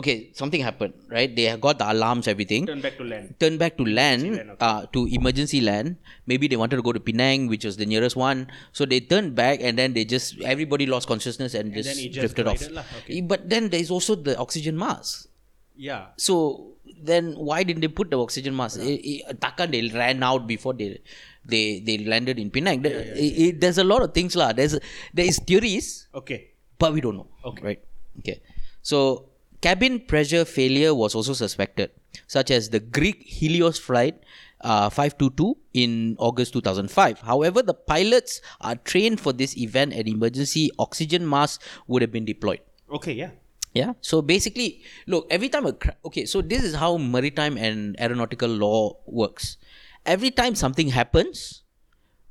A: okay something happened right they have got the alarms everything
B: Turn back to land.
A: turn back to land
B: land,
A: uh, to emergency land maybe they wanted to go to penang which was the nearest one so they turned back and then they just everybody lost consciousness and, just,
B: then it just
A: drifted off
B: glided lah. Okay.
A: but then there's also the oxygen mask
B: Yeah.
A: so then why didn't they put the oxygen mask? I- I- Takkan they ran out before they they they landed in Penang. The- i- i- there's a lot of things lah. There's there is theories,
B: Okay.
A: but we don't know.
B: Okay.
A: Right. Okay. So cabin pressure failure was also suspected, such as the Greek Helios flight uh, 522 in August 2005. However, the pilots are trained for this event, and emergency oxygen masks would have been deployed.
B: Okay. Yeah.
A: Yeah. So basically, look, every time a cra- okay, so this is how maritime and aeronautical law works. Every time something happens,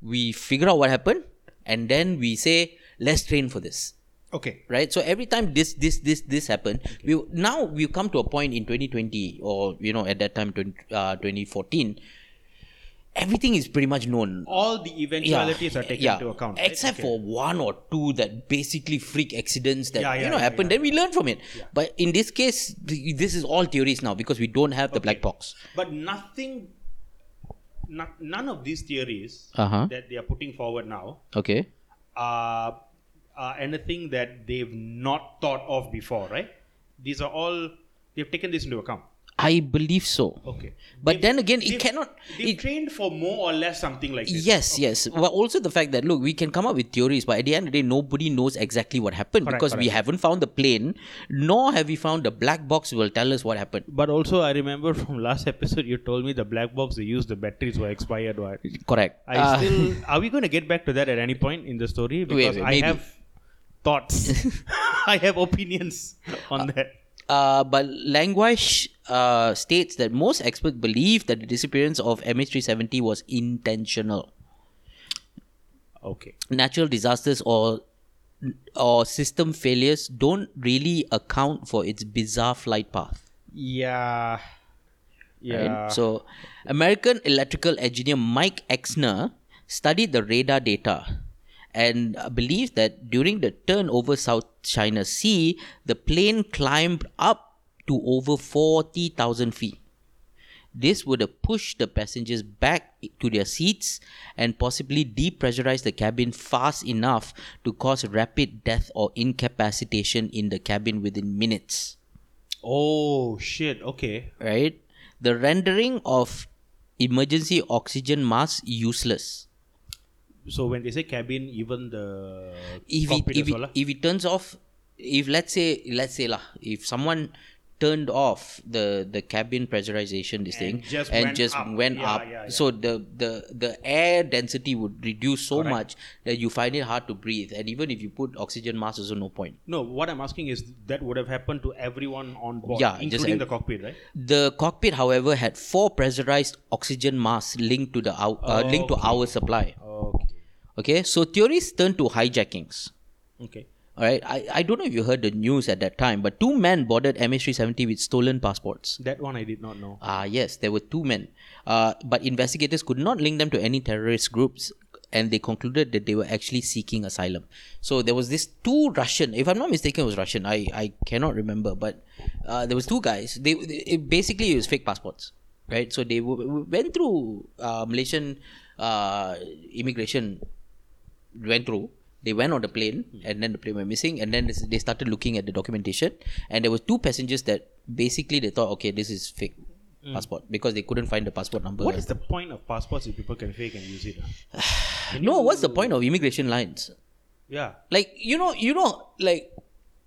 A: we figure out what happened, and then we say, let's train for this.
B: Okay.
A: Right. So every time this this this this happened, we now we come to a point in 2020 or you know at that time 20, uh, 2014, everything is pretty much known
B: all the eventualities are taken
A: yeah.
B: into account. right?
A: Except
B: Okay.
A: for one or two that basically freak accidents that
B: Yeah, yeah,
A: you know
B: yeah,
A: happen. then we learn from it. But in this case, th- this is all theories now because we don't have the black box.
B: but nothing, not, none of these theories
A: Uh-huh.
B: that they are putting forward now
A: Okay.
B: are, are anything that they've not thought of before, right? These are all they've taken this into account.
A: I believe so.
B: Okay,
A: But then again, it
B: they've-
A: cannot.
B: they've
A: It,
B: trained for more or less something like this.
A: yes, yes. Well, also the fact that look, we can come up with theories, but at the end of the day, nobody knows exactly what happened
B: Correct,
A: because we haven't found the plane, nor have we found the black box will tell us what happened.
B: But also, I remember from last episode, you told me the black box they used the batteries were expired. Or
A: Correct.
B: I
A: Uh,
B: still are we going to get back to that at any point in the story because
A: wait,
B: I
A: maybe.
B: have thoughts. I have opinions on that.
A: Uh, but Languish uh, states that most experts believe that the disappearance of MH370 was intentional.
B: Okay.
A: Natural disasters or or system failures don't really account for its bizarre flight path.
B: Yeah. Yeah.
A: So, American electrical engineer Mike Exner studied the radar data and uh, believes that during the turn over South China Sea, the plane climbed up to over 40,000 feet. This would have pushed the passengers back to their seats and possibly depressurized the cabin fast enough to cause rapid death or incapacitation in the cabin within minutes
B: Oh shit. Okay.
A: right? The rendering of emergency oxygen mask useless.
B: So when they say cabin, even the
A: If it,
B: cockpit
A: if,
B: as
A: it,
B: well, lah.
A: if it turns off, if let's say let's say lah, if someone turned off the the cabin pressurization this thing
B: And just
A: and
B: went
A: just
B: up.
A: went
B: Yeah,
A: up
B: yeah, yeah.
A: so the the the air density would reduce so much that you find it hard to breathe and even if you put oxygen mask also no point
B: No, what I'm asking is that would have happened to everyone on board,
A: Yeah, just
B: including
A: ev-
B: the cockpit, right?
A: The cockpit, however, had four pressurized oxygen masks linked to the ou- uh, linked to our supply.
B: Okay.
A: Okay, so theories turn to hijackings.
B: Okay.
A: All right, I, I don't know if you heard the news at that time, but two men boarded MH370 with stolen passports.
B: That one I did not know.
A: Ah, yes, there were two men. Uh, but investigators could not link them to any terrorist groups, and they concluded that they were actually seeking asylum. So there was this two Russian, if I'm not mistaken, it was Russian. I, I cannot remember, but uh, there was two guys. They, they it, basically it was fake passports, right? So they w- w- went through uh, Malaysian uh, immigration went through. They went on the plane, and then the plane went missing, and then this- they started looking at the documentation, and there was two passengers that basically they thought, okay, this is fake passport because they couldn't find the passport number.
B: Hmm. What is the point of passports if people can fake and use it? ah? Can
A: no?
B: you-
A: What's the point of immigration lines?
B: Yeah.
A: Like you know, you know, like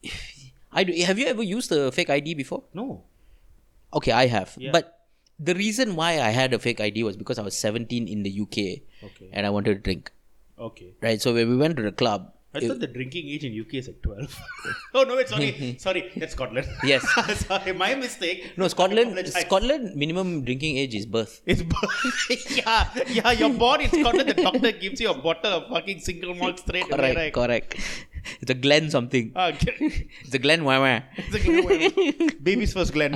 A: I do, have you ever used the fake ID before?
B: No.
A: Okay, I have,
B: Yeah.
A: but the reason why I had a fake ID was because I was 17 in the UK,
B: Okay.
A: and I wanted to drink.
B: Okay.
A: Right, so when we went to the club,
B: I
A: it-
B: thought the drinking age in UK is at 12. oh, no, wait, sorry. sorry, that's Scotland.
A: Yes.
B: sorry, my mistake.
A: no
B: I
A: Scotland,
B: apologize.
A: Scotland minimum drinking age is birth.
B: It's b- yeah, yeah, you're born in Scotland. The doctor gives you a bottle of fucking single malt straight away,
A: Correct,
B: right?
A: correct. It's a Glen something.
B: Ah, get-
A: It's a Glen wah, wah.
B: It's like, no, wait, wait. babies first, Glenn.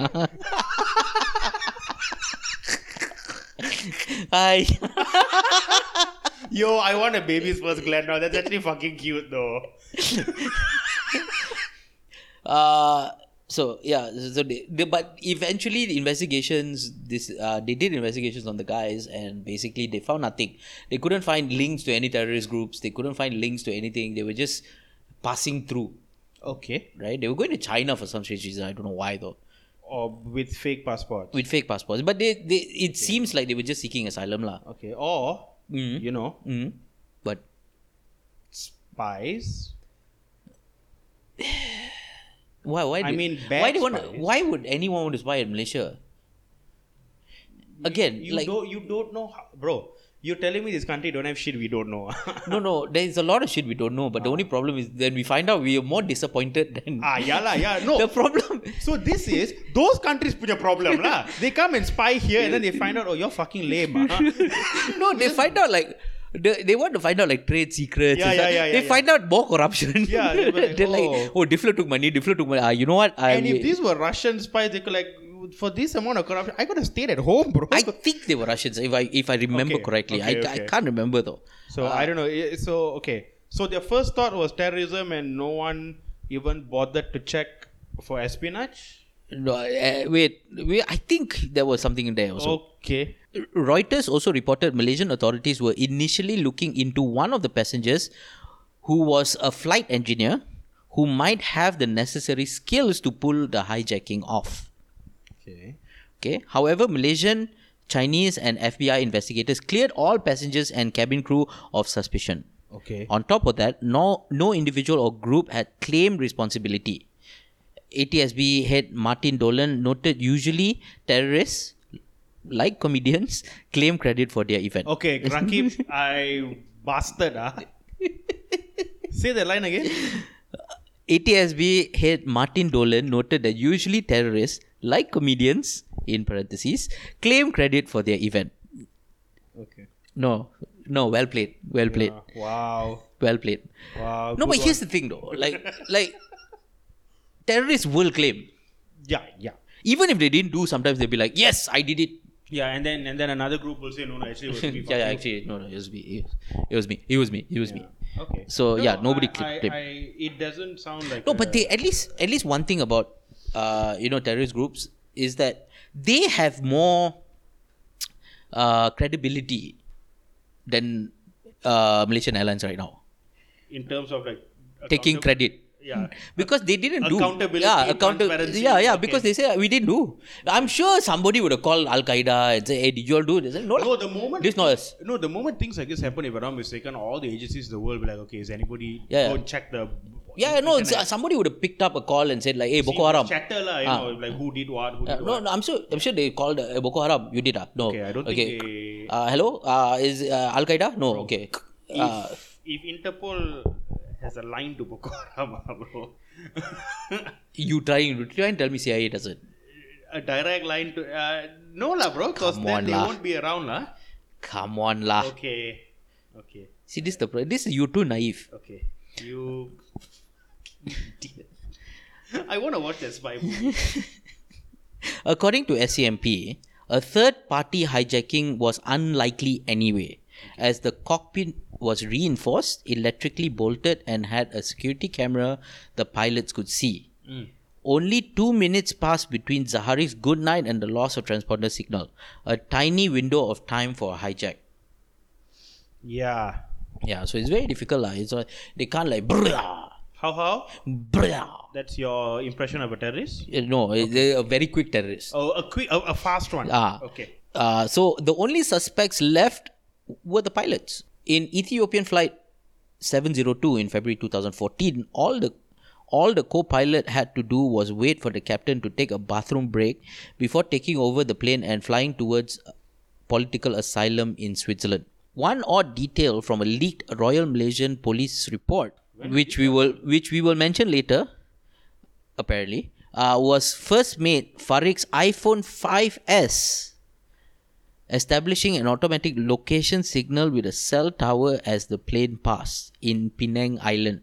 A: Hi.
B: Yo, I want a babies first, Glenn. Now that's actually fucking cute, though.
A: Uh, so yeah, so they, they, but eventually the investigations this uh, they did investigations on the guys and basically they found nothing. They couldn't find links to any terrorist groups. They couldn't find links to anything. They were just passing through,
B: Okay.
A: right? They were going to China for some strange reason. I don't know why though.
B: Or with fake passport.
A: With fake passports, but they, they it seems like they were just seeking asylum lah.
B: Okay. Or you know,
A: Mm. But
B: spies.
A: Why? Why?
B: I
A: do-
B: mean,
A: why
B: bad
A: do you want?
B: spies.
A: Why would anyone want to spy in Malaysia? Again,
B: You
A: like
B: don't. You don't know, how, bro. You're telling me this country don't have shit we don't know.
A: no, no. There is a lot of shit we don't know, but the only problem is then we find out we are more disappointed than
B: ah, yeah lah, yeah. No.
A: the problem.
B: so this is those countries put a problem lah. They come and spy here and then they find out oh you're fucking lame. ah.
A: no, they find out like they, they want to find out like trade secrets.
B: Yeah,
A: and
B: yeah,
A: stuff.
B: yeah, yeah,
A: They
B: yeah.
A: find out more corruption.
B: Yeah, they were like,
A: are like, oh, Diffler took money. Diffler took money. Ah, you know what? I
B: and if these were Russian spies, they could like for this amount of corruption, I could have stayed at home, bro.
A: I think they were Russians. If I if I remember
B: Okay,
A: correctly,
B: okay,
A: I, I
B: okay.
A: can't remember though.
B: So
A: Ah.
B: I don't know. I- So okay. So their first thought was terrorism, and no one even bothered to check for espionage.
A: No, uh, wait, wait. I think there was something in there also.
B: okay.
A: Reuters also reported Malaysian authorities were initially looking into one of the passengers who was a flight engineer who might have the necessary skills to pull the hijacking off.
B: Okay.
A: Okay. However, Malaysian, Chinese, and FBI investigators cleared all passengers and cabin crew of suspicion.
B: Okay.
A: On top of that, no, no individual or group had claimed responsibility. ATSB head Martin Dolan noted usually terrorists, like comedians, claim credit for their event.
B: Okay, Rakib, I bastard. Ah. Say that line again.
A: ATSB head Martin Dolan noted that usually terrorists, like comedians, in parentheses, claim credit for their event.
B: Okay.
A: No, no, well played, well played,
B: Wow.
A: well played.
B: Wow.
A: no,
B: good
A: but
B: one.
A: here's the thing though, like, like terrorists will claim.
B: yeah, yeah.
A: Even if they didn't do, sometimes they'll be like, yes, I did it.
B: Yeah, and then and then another group will say, no, no, actually, it was me. fuck
A: Yeah, yeah,
B: you."
A: actually, no, no, it was me. It was me. It was me. It was me.
B: Okay.
A: So, yeah, nobody
B: I,
A: clicked
B: I,
A: him.
B: I, it doesn't sound like
A: No,
B: a-
A: but they at least at least one thing about uh, you know terrorist groups is that they have more uh, credibility than uh, Malaysian Airlines right now,
B: in terms of like
A: taking
B: accountability-
A: credit. Hmm.
B: Yeah.
A: Because they didn't do
B: Accountability,
A: yeah, accountability,
B: transparency,
A: yeah, yeah.
B: okay.
A: Because they say we didn't do. I'm sure somebody would have called Al Qaeda and say, "Hey, did you all do?" They say, "No,
B: No,
A: lah.
B: the moment
A: this not us."
B: No, the moment things like this happen, if I'm not mistaken, all the agencies in the world will be like, okay, is anybody
A: Yeah, yeah.
B: go and check the
A: Yeah, no. it's- Somebody would have picked up a call and said, "Like, hey, Boko
B: See,
A: Haram."
B: chatter lah, you know, like who did what, who
A: Yeah,
B: did
A: no,
B: what.
A: no, I'm sure. I'm sure they called uh, Boko Haram. You did, ah? No.
B: Okay, I don't
A: okay.
B: think they-
A: Uh, hello, uh, is uh, Al Qaeda? No. Okay.
B: If,
A: Uh,
B: if Interpol has a line to Boko Haram, bro,
A: you trying to try and tell me CIA doesn't?
B: a direct line to uh, no lah, bro, because
A: Come
B: then
A: on
B: they
A: lah. Ah.
B: won't be around lah.
A: Come on, lah.
B: Okay, okay,
A: See, this is the pro- this is you too naive.
B: okay. You, I want to watch that spy movie.
A: According to SCMP, a third-party hijacking was unlikely anyway, as the cockpit was reinforced, electrically bolted, and had a security camera the pilots could see.
B: Mm.
A: Only two minutes passed between Zahari's good night and the loss of transponder signal, a tiny window of time for a hijack.
B: Yeah.
A: Yeah, so it's very difficult. lah. It's, uh, they can't like brrrr,
B: How how?
A: brrrr.
B: That's your impression of a terrorist?
A: Uh, No, uh, they're a very quick terrorist.
B: Oh, a quick, a, a fast one.
A: Ah.
B: Okay.
A: Uh, so the only suspects left were the pilots. In Ethiopian flight 702 in February 2014, all the all the co-pilot had to do was wait for the captain to take a bathroom break before taking over the plane and flying towards political asylum in Switzerland. One odd detail from a leaked Royal Malaysian Police report, which we will which we will mention later, apparently, uh, was first mate Farik's iPhone 5S establishing an automatic location signal with a cell tower as the plane passed in Penang Island.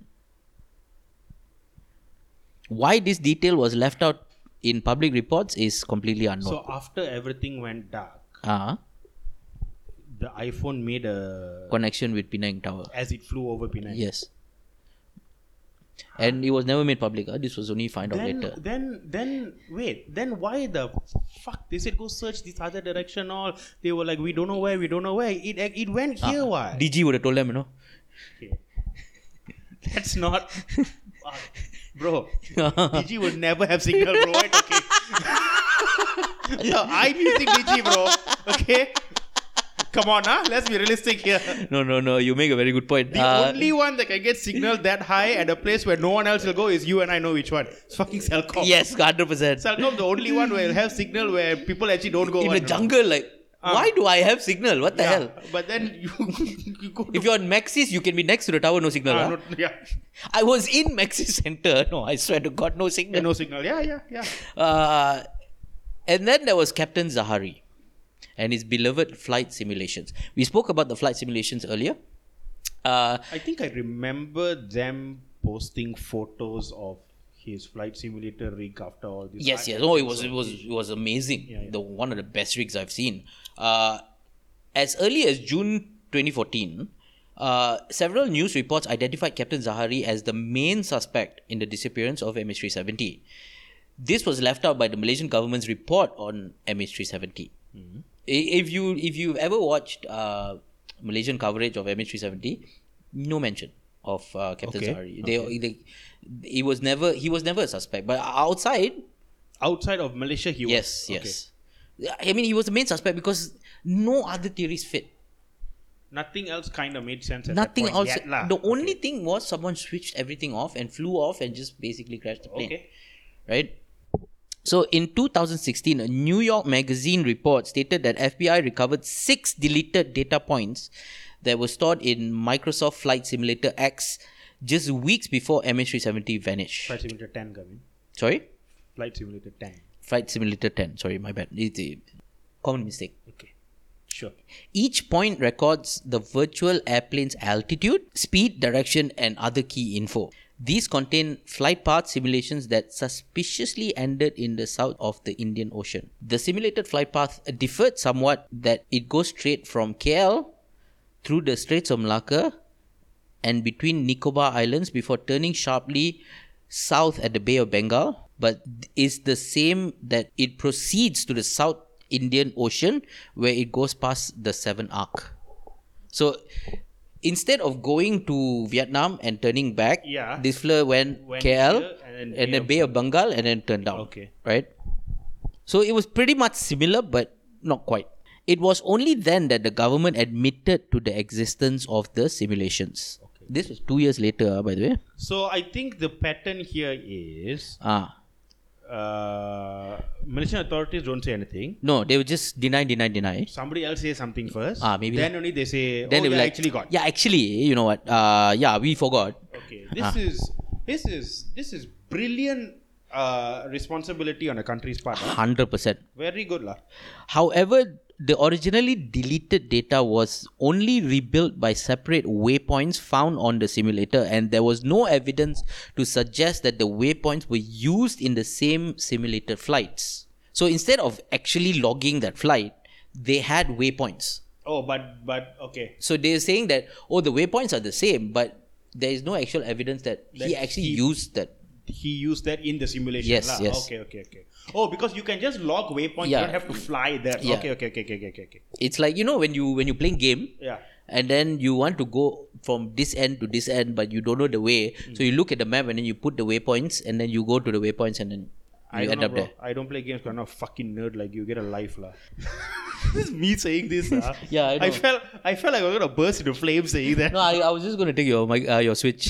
A: Why this detail was left out in public reports is completely unknown.
B: So after everything went dark,
A: uh,
B: the iPhone made a
A: connection with Penang Tower.
B: as it flew over Penang.
A: Yes. And it was never made public. Uh, this was only found out
B: Then,
A: later.
B: then, then, wait. Then why the fuck they said go search this other direction? All they were like, we don't know where, we don't know where. It it went
A: Ah.
B: here. Why?
A: DG would have told them, you know.
B: Okay. That's not, Fuck. bro. DG would never have signal, bro. Right? Okay. no, I'm using DG, bro. Okay. Come on, huh? Let's be realistic here.
A: No, no, no. You make a very good point.
B: The
A: Uh,
B: only one that can get signal that high at a place where no one else will go is you and I know which one. It's fucking Celcom.
A: yes, 100%.
B: Celcom, the only one where you'll have signal where people actually don't go.
A: In the
B: one, you know.
A: jungle, like, why do I have signal? What the
B: Yeah,
A: hell?
B: But then you, you go to.
A: If you're on Maxis, you can be next to the tower, no signal.
B: Ah,
A: huh?
B: not- yeah.
A: I was in Maxis Center. No, I swear to God, no
B: Yeah,
A: signal.
B: no signal. Yeah, yeah, yeah.
A: Uh, and then there was Captain Zahari and his beloved flight simulations. We spoke about the flight simulations earlier. Uh,
B: I think I remember them posting photos of his flight simulator rig after all this.
A: yes,
B: I-
A: yes. Oh, it was it was it was amazing.
B: Yeah, yeah.
A: The one of the best rigs I've seen. Uh, as early as June 2014, uh, several news reports identified Captain Zahari as the main suspect in the disappearance of MH370. This was left out by the Malaysian government's report on MH370.
B: Mm-hmm.
A: I- If you if you've ever watched uh, Malaysian coverage of MH370, no mention of uh, Captain
B: Okay,
A: Zahari. They, they, he was never he was never a suspect. But outside,
B: Outside of Malaysia, he
A: Yes,
B: was. okay.
A: yes. I mean, he was the main suspect because no other theories fit.
B: Nothing else kind of made sense. At
A: Nothing
B: that point
A: else.
B: Yet, lah.
A: the only thing was someone switched everything off and flew off and just basically crashed the plane.
B: Okay.
A: Right? So in 2016, a New York Magazine report stated that FBI recovered six deleted data points that were stored in Microsoft Flight Simulator X just weeks before MH370 vanished.
B: Flight Simulator 10 coming.
A: Sorry?
B: Flight Simulator 10.
A: Flight Simulator 10. Sorry, my bad. It's a common mistake.
B: Okay. Sure.
A: Each point records the virtual airplane's altitude, speed, direction, and other key info. These contain flight path simulations that suspiciously ended in the south of the Indian Ocean. The simulated flight path differed somewhat that it goes straight from KL through the Straits of Malacca and between Nicobar Islands before turning sharply south at the Bay of Bengal, but is the same that it proceeds to the South Indian Ocean where it goes past the Seven Arc. So instead of going to Vietnam and turning back,
B: Yeah.
A: this fleur went,
B: Went
A: KL
B: here and then
A: and,
B: Bay
A: then
B: of-
A: Bay of Bengal and then turned down.
B: Okay.
A: Right? So it was pretty much similar, but not quite. It was only then that the government admitted to the existence of the simulations. This was two years later, ah, by the way.
B: So I think the pattern here is
A: Ah,
B: uh, Malaysian authorities don't say anything.
A: no, they would just deny, deny, deny.
B: Somebody else says something first.
A: Ah, maybe
B: Then only they say.
A: Then
B: oh,
A: they were
B: yeah,
A: like,
B: actually got.
A: yeah, actually, you know what? Uh, yeah, we forgot.
B: Okay. This
A: Ah.
B: is this is this is brilliant uh, responsibility on a country's part. huh?
A: Hundred percent.
B: Very good lah.
A: However, the originally deleted data was only rebuilt by separate waypoints found on the simulator, and there was no evidence to suggest that the waypoints were used in the same simulated flights. So instead of actually logging that flight, they had waypoints.
B: Oh, but but okay.
A: So they're saying that, oh, the waypoints are the same, but there is no actual evidence that, he
B: That
A: actually
B: he-
A: used that.
B: He used that in the simulation.
A: Yes,
B: lah.
A: yes.
B: Okay, okay, okay. Oh, because you can just log waypoint.
A: Yeah.
B: You don't have to fly there.
A: Yeah.
B: Okay, okay, okay, okay, okay, okay, okay.
A: It's like, you know, when you when you're playing game,
B: Yeah.
A: and then you want to go from this end to this end but you don't know the way so you look at the map and then you put the waypoints and then you go to the waypoints and then
B: I
A: you
B: don't
A: end
B: know,
A: up
B: bro.
A: there
B: I don't play games 'cause I'm not a fucking nerd like you. Get a life, lah. this is me saying this, lah.
A: Yeah, I know.
B: felt I felt like I was gonna burst into flames saying that.
A: no I, I was just going to take your mic- uh, your switch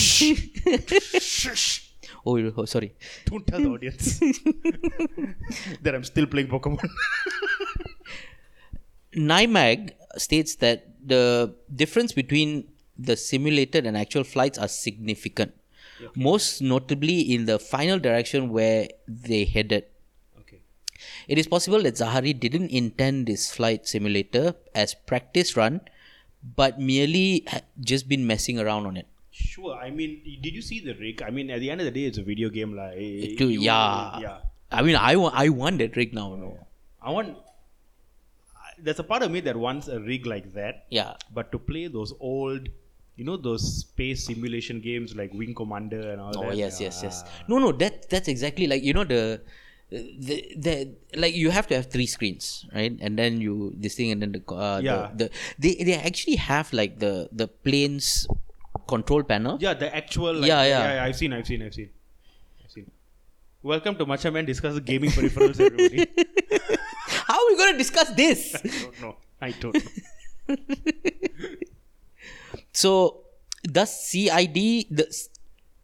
B: Shush!
A: oh, you- oh sorry
B: Don't tell the audience that I'm still playing Pokemon.
A: NIMAG states that the difference between the simulated and actual flights are significant most notably in the final direction where they headed
B: okay.
A: It is possible that Zahari didn't intend this flight simulator as practice run, but merely ha- just been messing around on it.
B: Sure. I mean, did you see the rig? I mean, at the end of the day, it's a video game, lah. Eh,
A: Dude,
B: you-
A: yeah.
B: Yeah.
A: I mean, I want, I want that rig now. No.
B: I want. I- There's a part of me that wants a rig like that,
A: Yeah.
B: but to play those old, you know, those space simulation games like Wing Commander and all
A: Oh
B: that.
A: yes, yes,
B: yeah.
A: yes. No, no, that that's exactly like you know the. The, the like you have to have three screens right and then you this thing and then the co- uh,
B: Yeah.
A: the, the they they actually have like the the planes control panel
B: Yeah, the actual. Like,
A: Yeah, yeah.
B: yeah, I've seen, I've seen, I've seen, I've seen. Welcome to Macha Man discuss gaming peripherals. Everybody.
A: how are we going to discuss this
B: I don't know. I don't. Know.
A: So thus CID the,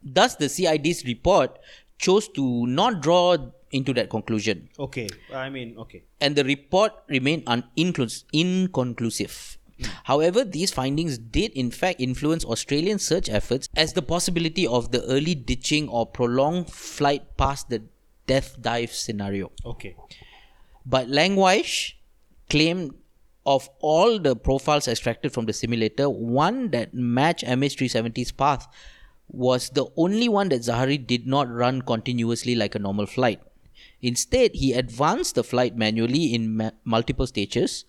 A: thus the CID's report chose to not draw into that conclusion
B: Okay, I mean, okay.
A: and the report remained un- inclus- inconclusive. However, these findings did in fact influence Australian search efforts as the possibility of the early ditching or prolonged flight past the death dive scenario.
B: Okay.
A: But Langweish claimed of all the profiles extracted from the simulator, one that matched MH370's path was the only one that Zahari did not run continuously like a normal flight. Instead, he advanced the flight manually in ma- multiple stages,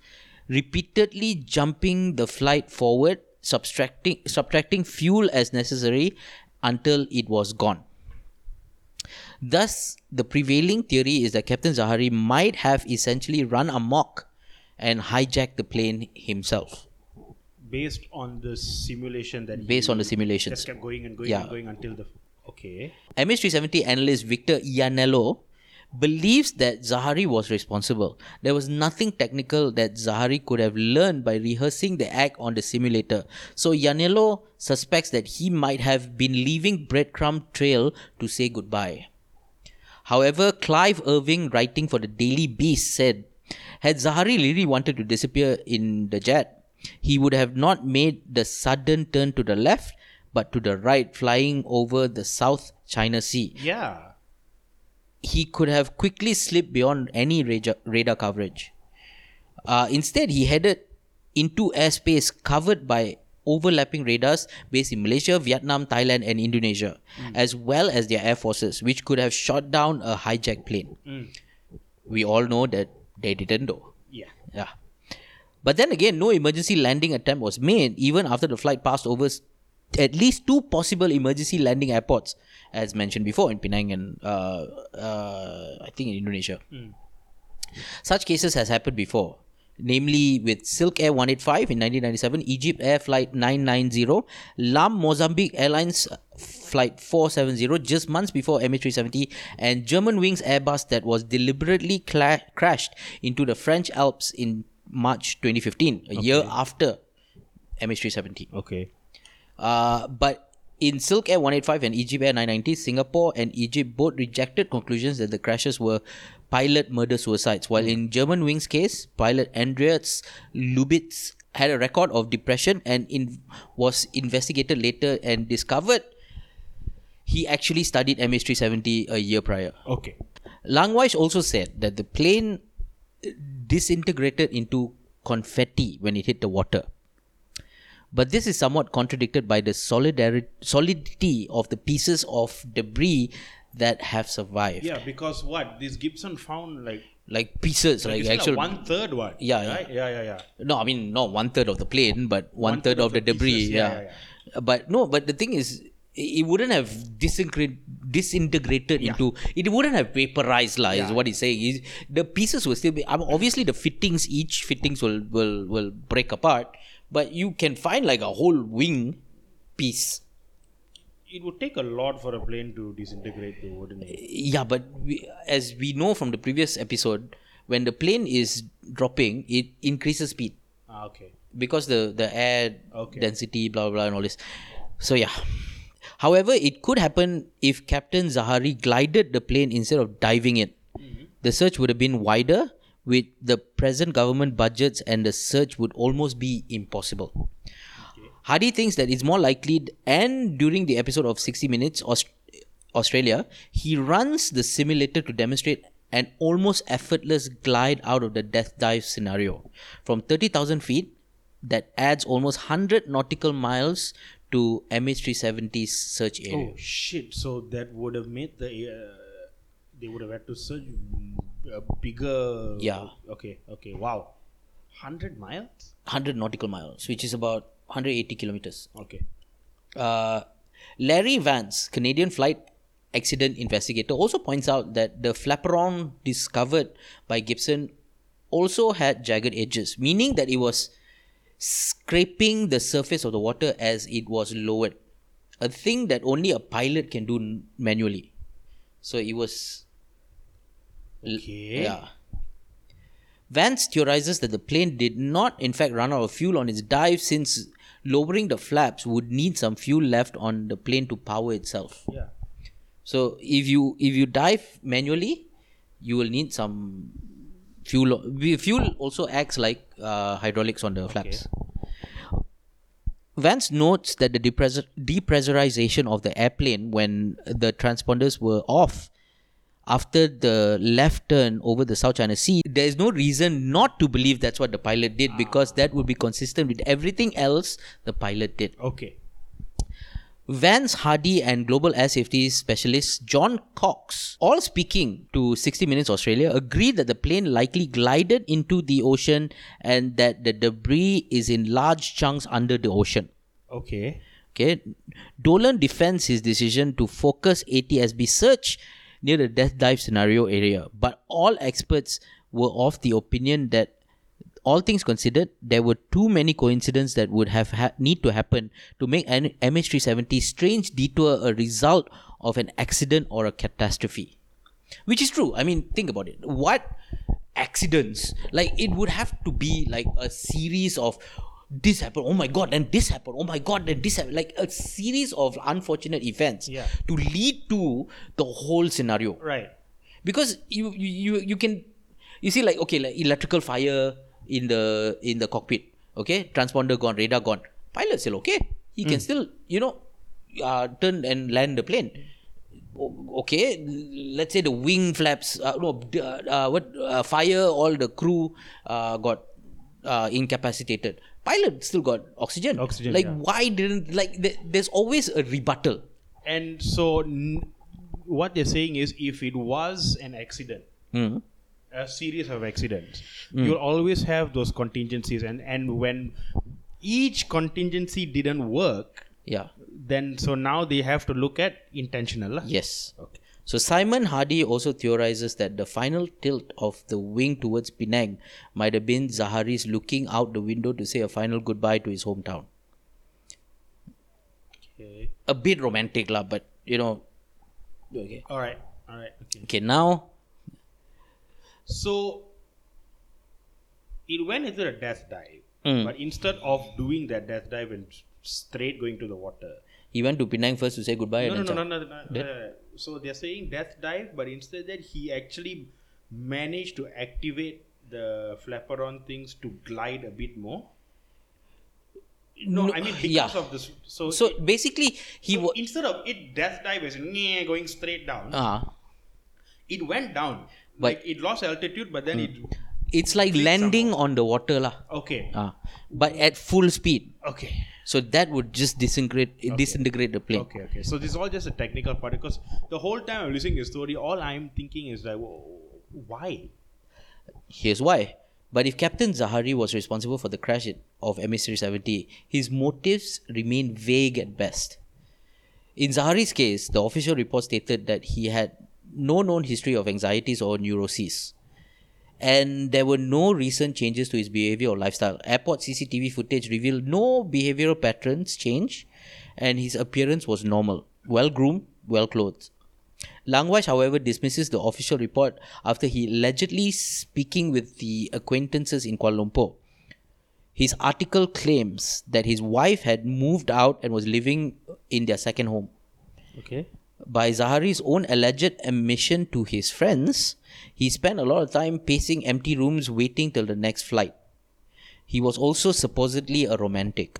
A: repeatedly jumping the flight forward, subtracting, subtracting fuel as necessary until it was gone. Thus, the prevailing theory is that Captain Zahari might have essentially run amok and hijacked the plane himself
B: Based on the simulation that
A: based on the
B: he just
A: simulations.
B: kept going and going
A: Yeah.
B: and going until the. Okay.
A: MH370 analyst Victor Ianello believes that Zahari was responsible. There was nothing technical that Zahari could have learned by rehearsing the act on the simulator. So Ianello suspects that he might have been leaving breadcrumb trail to say goodbye. However, Clive Irving, writing for the Daily Beast, said, Had Zahari really wanted to disappear in the jet, he would have not made the sudden turn to the left, but to the right, flying over the South China Sea.
B: Yeah.
A: He could have quickly slipped beyond any radar, radar coverage. Uh, instead, he headed into airspace covered by overlapping radars based in Malaysia, Vietnam, Thailand, and Indonesia, as well as their air forces, which could have shot down a hijacked plane. We all know that they didn't, though.
B: Yeah.
A: Yeah. But then again, no emergency landing attempt was made even after the flight passed over s- at least two possible emergency landing airports, as mentioned before in Penang and uh, uh, I think in Indonesia. Such cases has happened before, namely with Silk Air 185 in 1997, Egypt Air Flight 990, LAM Mozambique Airlines Flight 470 just months before MH370, and German Wings Airbus that was deliberately cla- crashed into the French Alps in March 2015, a year after MH370.
B: Okay.
A: Uh, but in Silk Air 185 and Egypt Air 990, Singapore and Egypt both rejected conclusions that the crashes were pilot murder suicides. While in German Wings case, pilot Andreas Lubitz had a record of depression and in, was investigated later and discovered he actually studied MH370 a year prior.
B: Okay.
A: Langweiss also said that the plane disintegrated into confetti when it hit the water. But this is somewhat contradicted by the solidari- solidity of the pieces of debris that have survived.
B: Yeah, because what this Gibson found like
A: Like pieces, like,
B: it's
A: actual.
B: one third one.
A: Yeah, yeah.
B: Right? Yeah. Yeah. Yeah.
A: no, I mean, not one third of the plane, but one third of the, debris.
B: pieces, yeah,
A: yeah. But no, but the thing is, it it wouldn't have disintegrate, disintegrated into. It wouldn't have vaporized, lah. Is what he's saying. Is the pieces will still be. I mean, obviously, the fittings, each fittings will will will break apart. But you can find like a whole wing piece.
B: It would take a lot for a plane to disintegrate, though, wouldn't it?
A: Yeah, but we, as we know from the previous episode, when the plane is dropping, it increases speed.
B: Ah, okay.
A: because the the air
B: Okay.
A: density blah blah and all this so yeah however it could happen if captain zahari glided the plane instead of diving it the search would have been wider with the present government budgets and the search would almost be impossible Hardy thinks that it's more likely, and during the episode of 60 Minutes Aust- Australia, he runs the simulator to demonstrate an almost effortless glide out of the death dive scenario from 30,000 feet that adds almost 100 nautical miles to MH370's search area.
B: Oh shit! So that would have made the uh, they would have had to search mm, a bigger.
A: Yeah.
B: Okay. Okay. Wow. Hundred miles.
A: 100 nautical miles, which is about 180 kilometers.
B: Okay.
A: Uh, Larry Vance, Canadian flight accident investigator, also points out that the flaperon discovered by Gibson also had jagged edges, meaning that it was scraping the surface of the water as it was lowered. A thing that only a pilot can do n- manually. So it was
B: Okay.
A: yeah. Vance theorizes that the plane did not, in fact, run out of fuel on its dive since lowering the flaps would need some fuel left on the plane to power itself.
B: Yeah.
A: So if you if you dive manually, you will need some fuel. o- we- Fuel also acts like uh, hydraulics on the flaps. Vance notes that the depressur- depressurization of the airplane when the transponders were off after the left turn over the South China Sea, there is no reason not to believe that's what the pilot did because that would be consistent with everything else the pilot did.
B: Okay.
A: Vance Hardy and global air safety specialist John Cox, all speaking to 60 Minutes Australia, agree that the plane likely glided into the ocean and that the debris is in large chunks under the ocean.
B: Okay.
A: Okay, Dolan defends his decision to focus ATSB search near the death dive scenario area, but all experts were of the opinion that all things considered, there were too many coincidences that would have ha- need to happen to make an MH370 strange detour a result of an accident or a catastrophe. Which is true. I mean, think about it. What accidents? Like, it would have to be like a series of this happened, oh my god, and this happened, oh my god, and this happened. Like a series of unfortunate events
B: Yeah.
A: to lead to the whole scenario
B: Right.
A: because you you you, you can you see like okay like electrical fire in the in the cockpit okay transponder gone radar gone pilot still okay he
C: Hmm.
A: can still you know uh, turn and land the plane O- okay let's say the wing flaps uh, no d- uh, uh, what uh, fire all the crew uh, got uh, incapacitated pilot still got oxygen.
C: Oxygen,
A: Like
C: yeah.
A: why didn't like th- there's always a rebuttal.
C: And so, n- what they're saying is, if it was an accident, Hmm. a series of accidents, you'll always have those contingencies. And and when each contingency didn't work,
A: Yeah.
C: then so now they have to look at intentional. lah.
A: Yes. So Simon Hardy also theorizes that the final tilt of the wing towards Penang might have been Zahari's looking out the window to say a final goodbye to his hometown.
B: Okay.
A: A bit romantic, lah, but you know. Okay.
C: All right. All right. Okay.
A: Okay, now
C: So
B: It went into a death dive,
A: Mm.
B: but instead of doing that death dive and s- straight going to the water,
A: he went to Penang first to say goodbye.
B: no,
A: and
B: no, no,
A: then
B: no,
A: chao.
B: no, no, no, no. uh, So they're saying death dive, but instead that he actually managed to activate the flapperon things to glide a bit more. No,
A: No,
B: I mean because
A: yeah.
B: of this. So,
A: So basically, he
B: so
A: was.
B: instead of it death dive is going straight down,
A: Ah,
B: it went down.
A: But- Mm.
B: like it lost altitude, but then it
A: it's like landing on the water, lah.
B: okay,
A: Ah, but at full speed.
B: okay.
A: So that would just disintegrate, disintegrate the plane.
B: Okay, okay. So this is all just a technical part because the whole time I'm listening to the story, all I'm thinking is like, "Whoa, why?
A: Here's why. But if Captain Zahari was responsible for the crash it- of MH370, his motives remain vague at best. In Zahari's case, the official report stated that he had no known history of anxieties or neuroses. And there were no recent changes to his behavior or lifestyle. Airport CCTV footage revealed no behavioral patterns change, and his appearance was normal, well groomed, well clothed. Langwash, however, dismisses the official report after he allegedly speaking with the acquaintances in Kuala Lumpur. His article claims that his wife had moved out and was living in their second home.
C: okay.
A: By Zahari's own alleged admission to his friends, he spent a lot of time pacing empty rooms waiting till the next flight. He was also supposedly a romantic.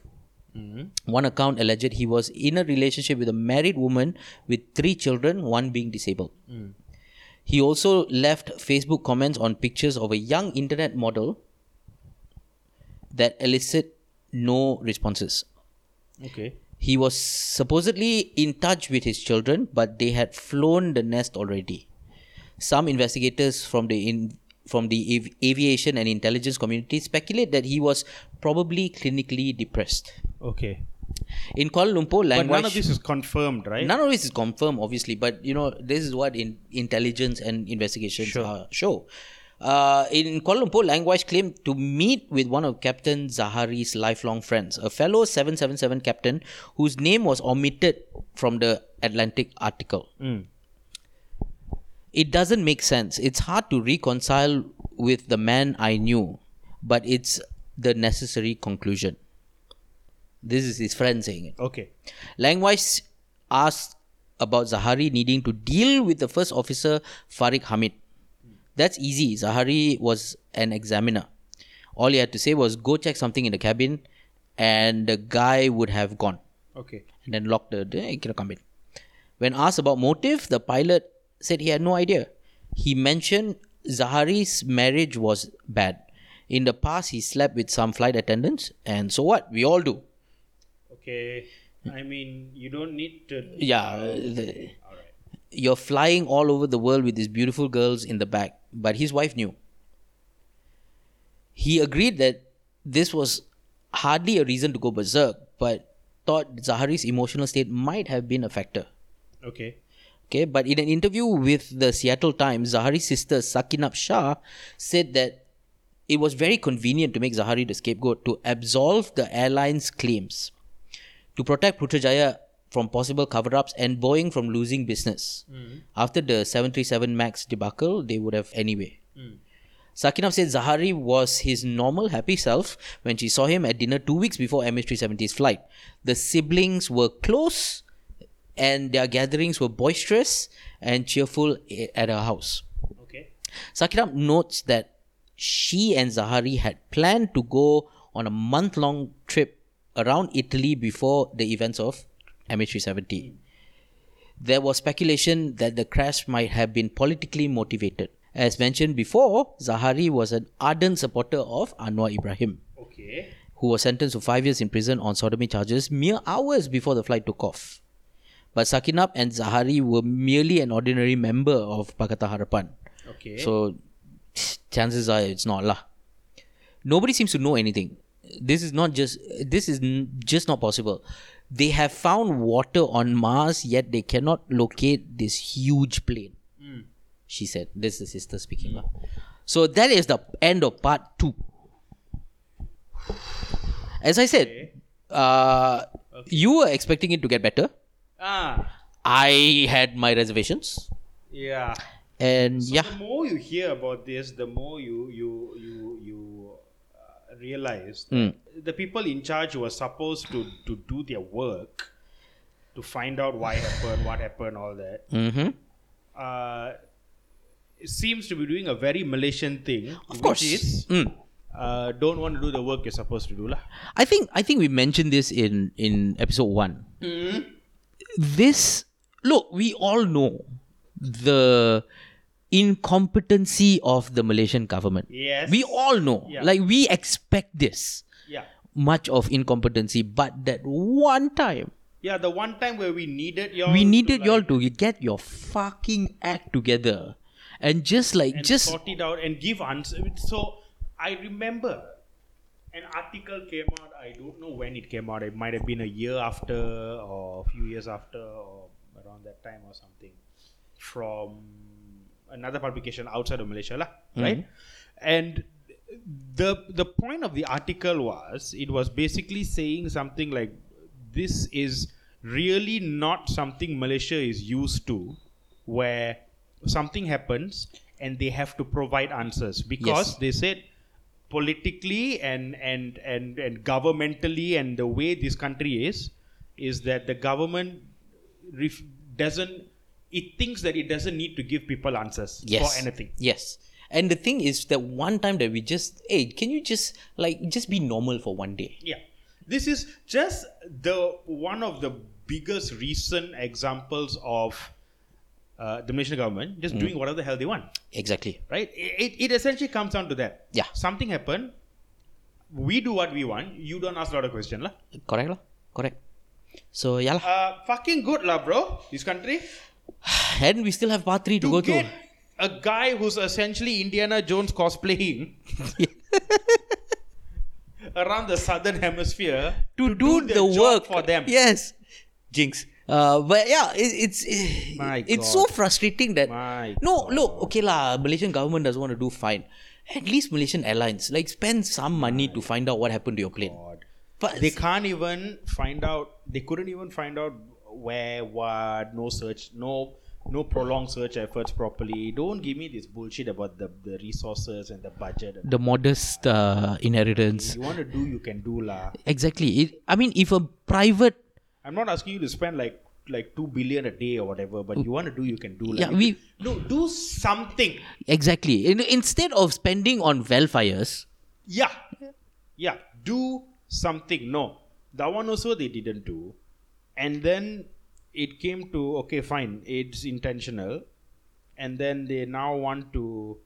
A: One account alleged he was in a relationship with a married woman with three children, one being disabled. He also left Facebook comments on pictures of a young internet model that elicit no responses.
C: Okay.
A: He was supposedly in touch with his children, but they had flown the nest already. Some investigators from the in, from the av- aviation and intelligence community speculate that he was probably clinically depressed.
C: Okay.
A: In Kuala Lumpur,
C: But
A: language
C: none of this is confirmed, right?
A: None of this is confirmed, obviously, but you know, this is what in intelligence and investigations uh, show. Uh, in Kuala Lumpur, Langwash claimed to meet with one of Captain Zahari's lifelong friends, a fellow 777 captain whose name was omitted from the Atlantic article.
C: Hmm.
A: It doesn't make sense. It's hard to reconcile with the man I knew, but it's the necessary conclusion. This is his friend saying it.
C: Okay.
A: Langwise asked about Zahari needing to deal with the first officer Farid Hamid. That's easy. Zahari was an examiner. All he had to say was go check something in the cabin, and the guy would have gone
C: Okay.
A: and then locked the, the cannot come in. When asked about motive, the pilot said he had no idea. He mentioned Zahari's marriage was bad. In the past, he slept with some flight attendants, and so what? We all do.
B: Okay. I mean, you don't need to.
A: Yeah. the- You're flying all over the world with these beautiful girls in the back, but his wife knew. He agreed that this was hardly a reason to go berserk, but thought Zahari's emotional state might have been a factor.
C: Okay.
A: Okay, but in an interview with the Seattle Times, Zahari's sister Sakinab Shah said that it was very convenient to make Zahari the scapegoat to absolve the airline's claims, to protect Putrajaya from possible cover ups and Boeing from losing business. After the 737 MAX debacle, they would have anyway. Sakinab said Zahari was his normal happy self when she saw him at dinner two weeks before MH370's flight. The siblings were close and their gatherings were boisterous and cheerful i- at her house.
B: Okay.
A: Sakinab notes that she and Zahari had planned to go on a month long trip around Italy before the events of MH370. There was speculation that the crash might have been politically motivated. As mentioned before, Zahari was an ardent supporter of Anwar Ibrahim,
B: Okay.
A: who was sentenced to five years in prison on sodomy charges mere hours before the flight took off. But Sakinab and Zahari were merely an ordinary member of Pakata Harapan.
C: Okay.
A: So chances are it's not lah. Nobody seems to know anything. This is not just this is n- just not possible. They have found water on Mars, yet they cannot locate this huge plane.
B: Hmm.
A: She said, "This is the sister speaking." lah. So that is the end of part two. As I said, uh, you were expecting it to get better.
C: Ah.
A: I had my reservations,
C: Yeah.
A: and yeah,
B: The more you hear about this, the more you you you you uh, realize that the people in charge were supposed to to do their work to find out why happened, what happened, all that.
A: mm-hmm.
B: Uh, it seems to be doing a very Malaysian thing.
A: of course.
B: which is
A: Mm.
C: Uh, don't want to do the work you're supposed to do, lah.
A: I think I think we mentioned this in in episode one. This look, we all know the incompetency of the Malaysian government.
B: Yes.
A: we all know.
B: Yeah.
A: Like we expect this
B: yeah.
A: much of incompetency, but that one time
B: Yeah, the one time where we needed y'all,
A: we
B: to,
A: needed
B: like,
A: y'all to get your fucking act together, and just like
B: and
A: just
B: sort it out and give answer. So I remember an article came out. I don't know when it came out. It might have been a year after or a few years after or around that time or something from another publication outside of Malaysia, lah,
A: Mm-hmm.
B: right? And the the point of the article was it was basically saying something like this is really not something Malaysia is used to where something happens and they have to provide answers because
A: Yes.
B: they said politically and and and and governmentally and the way this country is is that the government ref- doesn't it thinks that it doesn't need to give people answers
A: yes.
B: for anything
A: Yes. And the thing is that one time that we just hey, can you just like just be normal for one day?
B: Yeah. This is just the one of the biggest recent examples of uh, the Malaysian government
A: Mm.
B: just doing whatever the hell they want,
A: Exactly.
B: right? It, it, it essentially comes down to that.
A: Yeah.
B: Something happened. We do what we want. You don't ask a lot of questions. lah.
A: Correct lah. Correct. So yeah lah.
B: Uh, fucking good, lah, bro. This country.
A: and we still have part three to, go
B: get
A: to.
B: a guy who's essentially Indiana Jones cosplaying around the southern hemisphere
A: To,
B: do
A: do,
B: their
A: the
B: job
A: work
B: for them.
A: Yes. Jinx. Uh, but yeah, it, it's
C: My
A: it's
C: God.
A: so frustrating that
C: My
A: no look okay lah Malaysian government doesn't want to do fine. At least Malaysian Airlines like spend some money to find out what happened to your plane. But
C: They can't even find out. They couldn't even find out where, what. No search. No. No prolonged search efforts properly. Don't give me this bullshit about the, the resources and the budget.
A: the modest uh, inheritance
C: You want to do, you can do, lah.
A: Exactly. It, I mean, if a private,
C: I'm not asking you to spend like like two billion a day or whatever, but you want to do, you can do. Like,
A: yeah,
C: you
A: we
B: No, do something.
A: exactly. In, instead of spending on welfares,
B: Yeah.
C: yeah, do something. No, that one also they didn't do, and then it came to okay, fine, it's intentional, and then they now want to.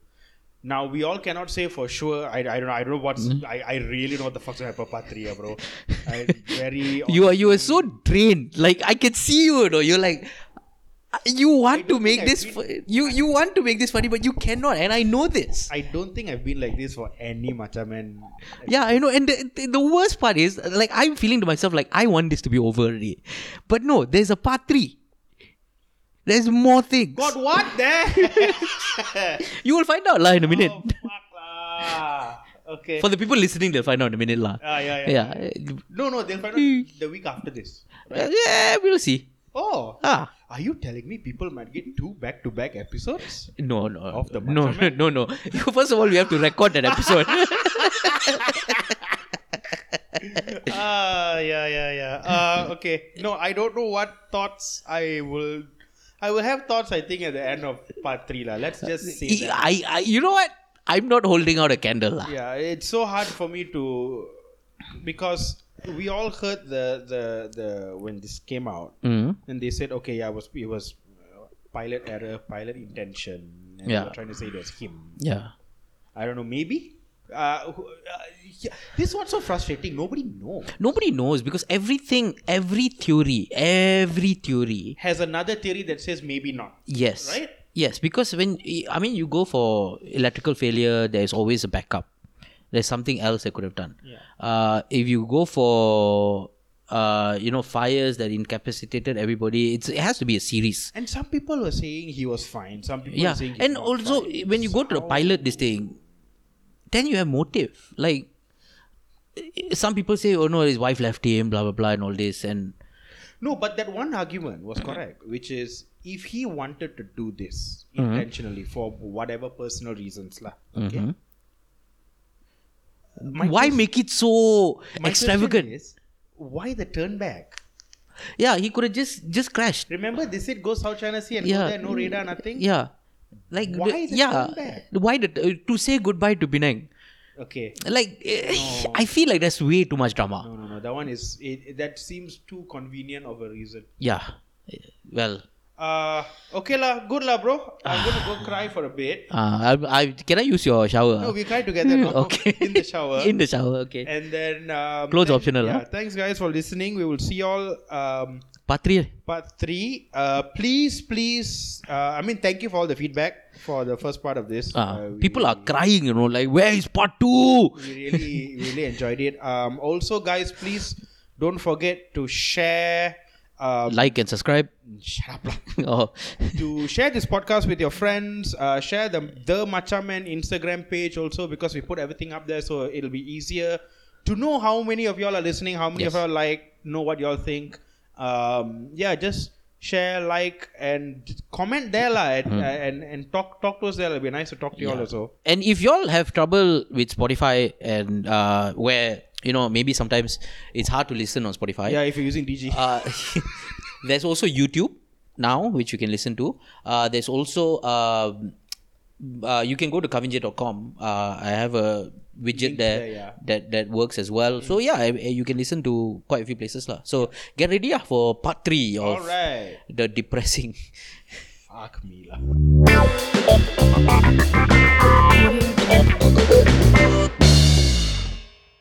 C: Now we all cannot say for sure. I, I don't know. I don't know what's.
A: Mm-hmm.
C: I, I really don't know what the fuck's happening about Patria, bro. I very.
A: you are you are so drained. Like I can see you, though. You're like, you want to make this. fu- you you want to make this funny, but you cannot. And I know this.
C: I don't think I've been like this for any machaman.
A: yeah, I know. And the, the- the worst part is, like, I'm feeling to myself like I want this to be over already. But no, there's a part three. There's more things.
B: God, what there?
A: You will find out lah in a minute.
B: Oh, fuck lah. Okay.
A: ah. For the people listening, they'll find out in a minute lah.
B: Ah, yeah, yeah.
A: yeah. Hmm.
B: No, no, they'll find out the week after this.
A: Uh, yeah, we'll see.
B: Oh,
A: Ah,
B: are you telling me people might get two back-to-back episodes?
A: no, no,
B: Of the
A: no, no, no, no. First of all, we have to record that episode.
B: Ah, yeah, yeah, yeah. Uh, okay. No, I don't know what thoughts I will. I will have thoughts. I think at the end of part three, lah. Let's just say
A: E,
B: that.
A: I, I, you know what? I'm not holding out a candle lah.
B: Yeah, it's so hard for me to because we all heard the the the when this came out
A: Mm.
B: and they said okay, yeah, it was it was uh, pilot error, pilot intention, and they
A: Yeah.
B: were trying to say it was him.
A: Yeah.
B: I don't know, maybe. Uh, who- uh,
D: yeah, this is what's so frustrating. Nobody knows.
A: Nobody knows because everything, every theory, every theory,
D: Has another theory that says maybe not.
A: yes.
D: Right?
A: Yes, because when, e, I mean, you go for electrical failure, there's always a backup. There's something else they could have done. Uh, if you go for, uh, you know, fires that incapacitated everybody, it's, it has to be a series.
B: And some people were saying he was fine. Some people were
A: yeah
B: saying he's
A: and
B: not
A: also
B: fine.
A: when you go to the pilot this thing then you have motive like eh, some people say oh no his wife left him blah blah blah and all this and
B: No, but that one argument was correct, which is if he wanted to do this intentionally for whatever personal reasons, lah. Okay. Uh, My
A: why
B: question-
A: make it so
B: my question
A: extravagant
B: is, why the turn back?
A: yeah he could have just just crashed
B: Remember, they said go South China Sea and go
A: yeah
B: there, no radar, nothing.
A: yeah like the-
B: Why the
A: yeah
B: turn back?
A: why the, eh, to say goodbye to penang
B: Okay.
A: like eh, i feel like that's way too much drama
B: No, no, no. That one is it, that seems too convenient of a reason.
A: yeah Eh, well
B: Uh, okay lah, good lah, bro. I'm gonna go cry for a bit.
A: uh, I, I can i use your shower
B: No, we cry together now.
A: Ah. okay
B: In the shower.
A: in the shower okay
B: and then um,
A: Clothes
B: thank-
A: optional,
B: Yeah,
A: huh?
B: thanks guys for listening. We will see you all um,
A: Patri.
B: part three. Uh, please, please. Uh, I mean, thank you for all the feedback for the first part of this.
A: Uh,
B: we-
A: people are crying, you know, like, where is part two?
B: we really really enjoyed it. Um, also, guys, please don't forget to share. Um,
A: Like and subscribe.
B: shut up. lah.
A: oh,
B: to share this podcast with your friends. Uh, share the the Machaman Instagram page also because we put everything up there, so it'll be easier to know how many of y'all are listening, how many of
A: Yes.
B: y'all like, know what y'all think. Um, yeah, just share, like, and comment there lah, and, and and talk talk to us there. It'll be nice to talk to y'all also.
A: and if y'all have trouble with Spotify and uh, where, you know, maybe sometimes it's hard to listen on Spotify,
B: Yeah, if you're using DG.
A: uh, there's also YouTube now, which you can listen to. Uh, there's also, um uh, you can go to kavinj.com. Uh, I have a widget there,
B: there, yeah.
A: that, that works as well. So, yeah, I- I- you can listen to quite a few places. lah. So, get ready ah for part three of
B: All right.
A: the depressing.
B: Fuck me lah.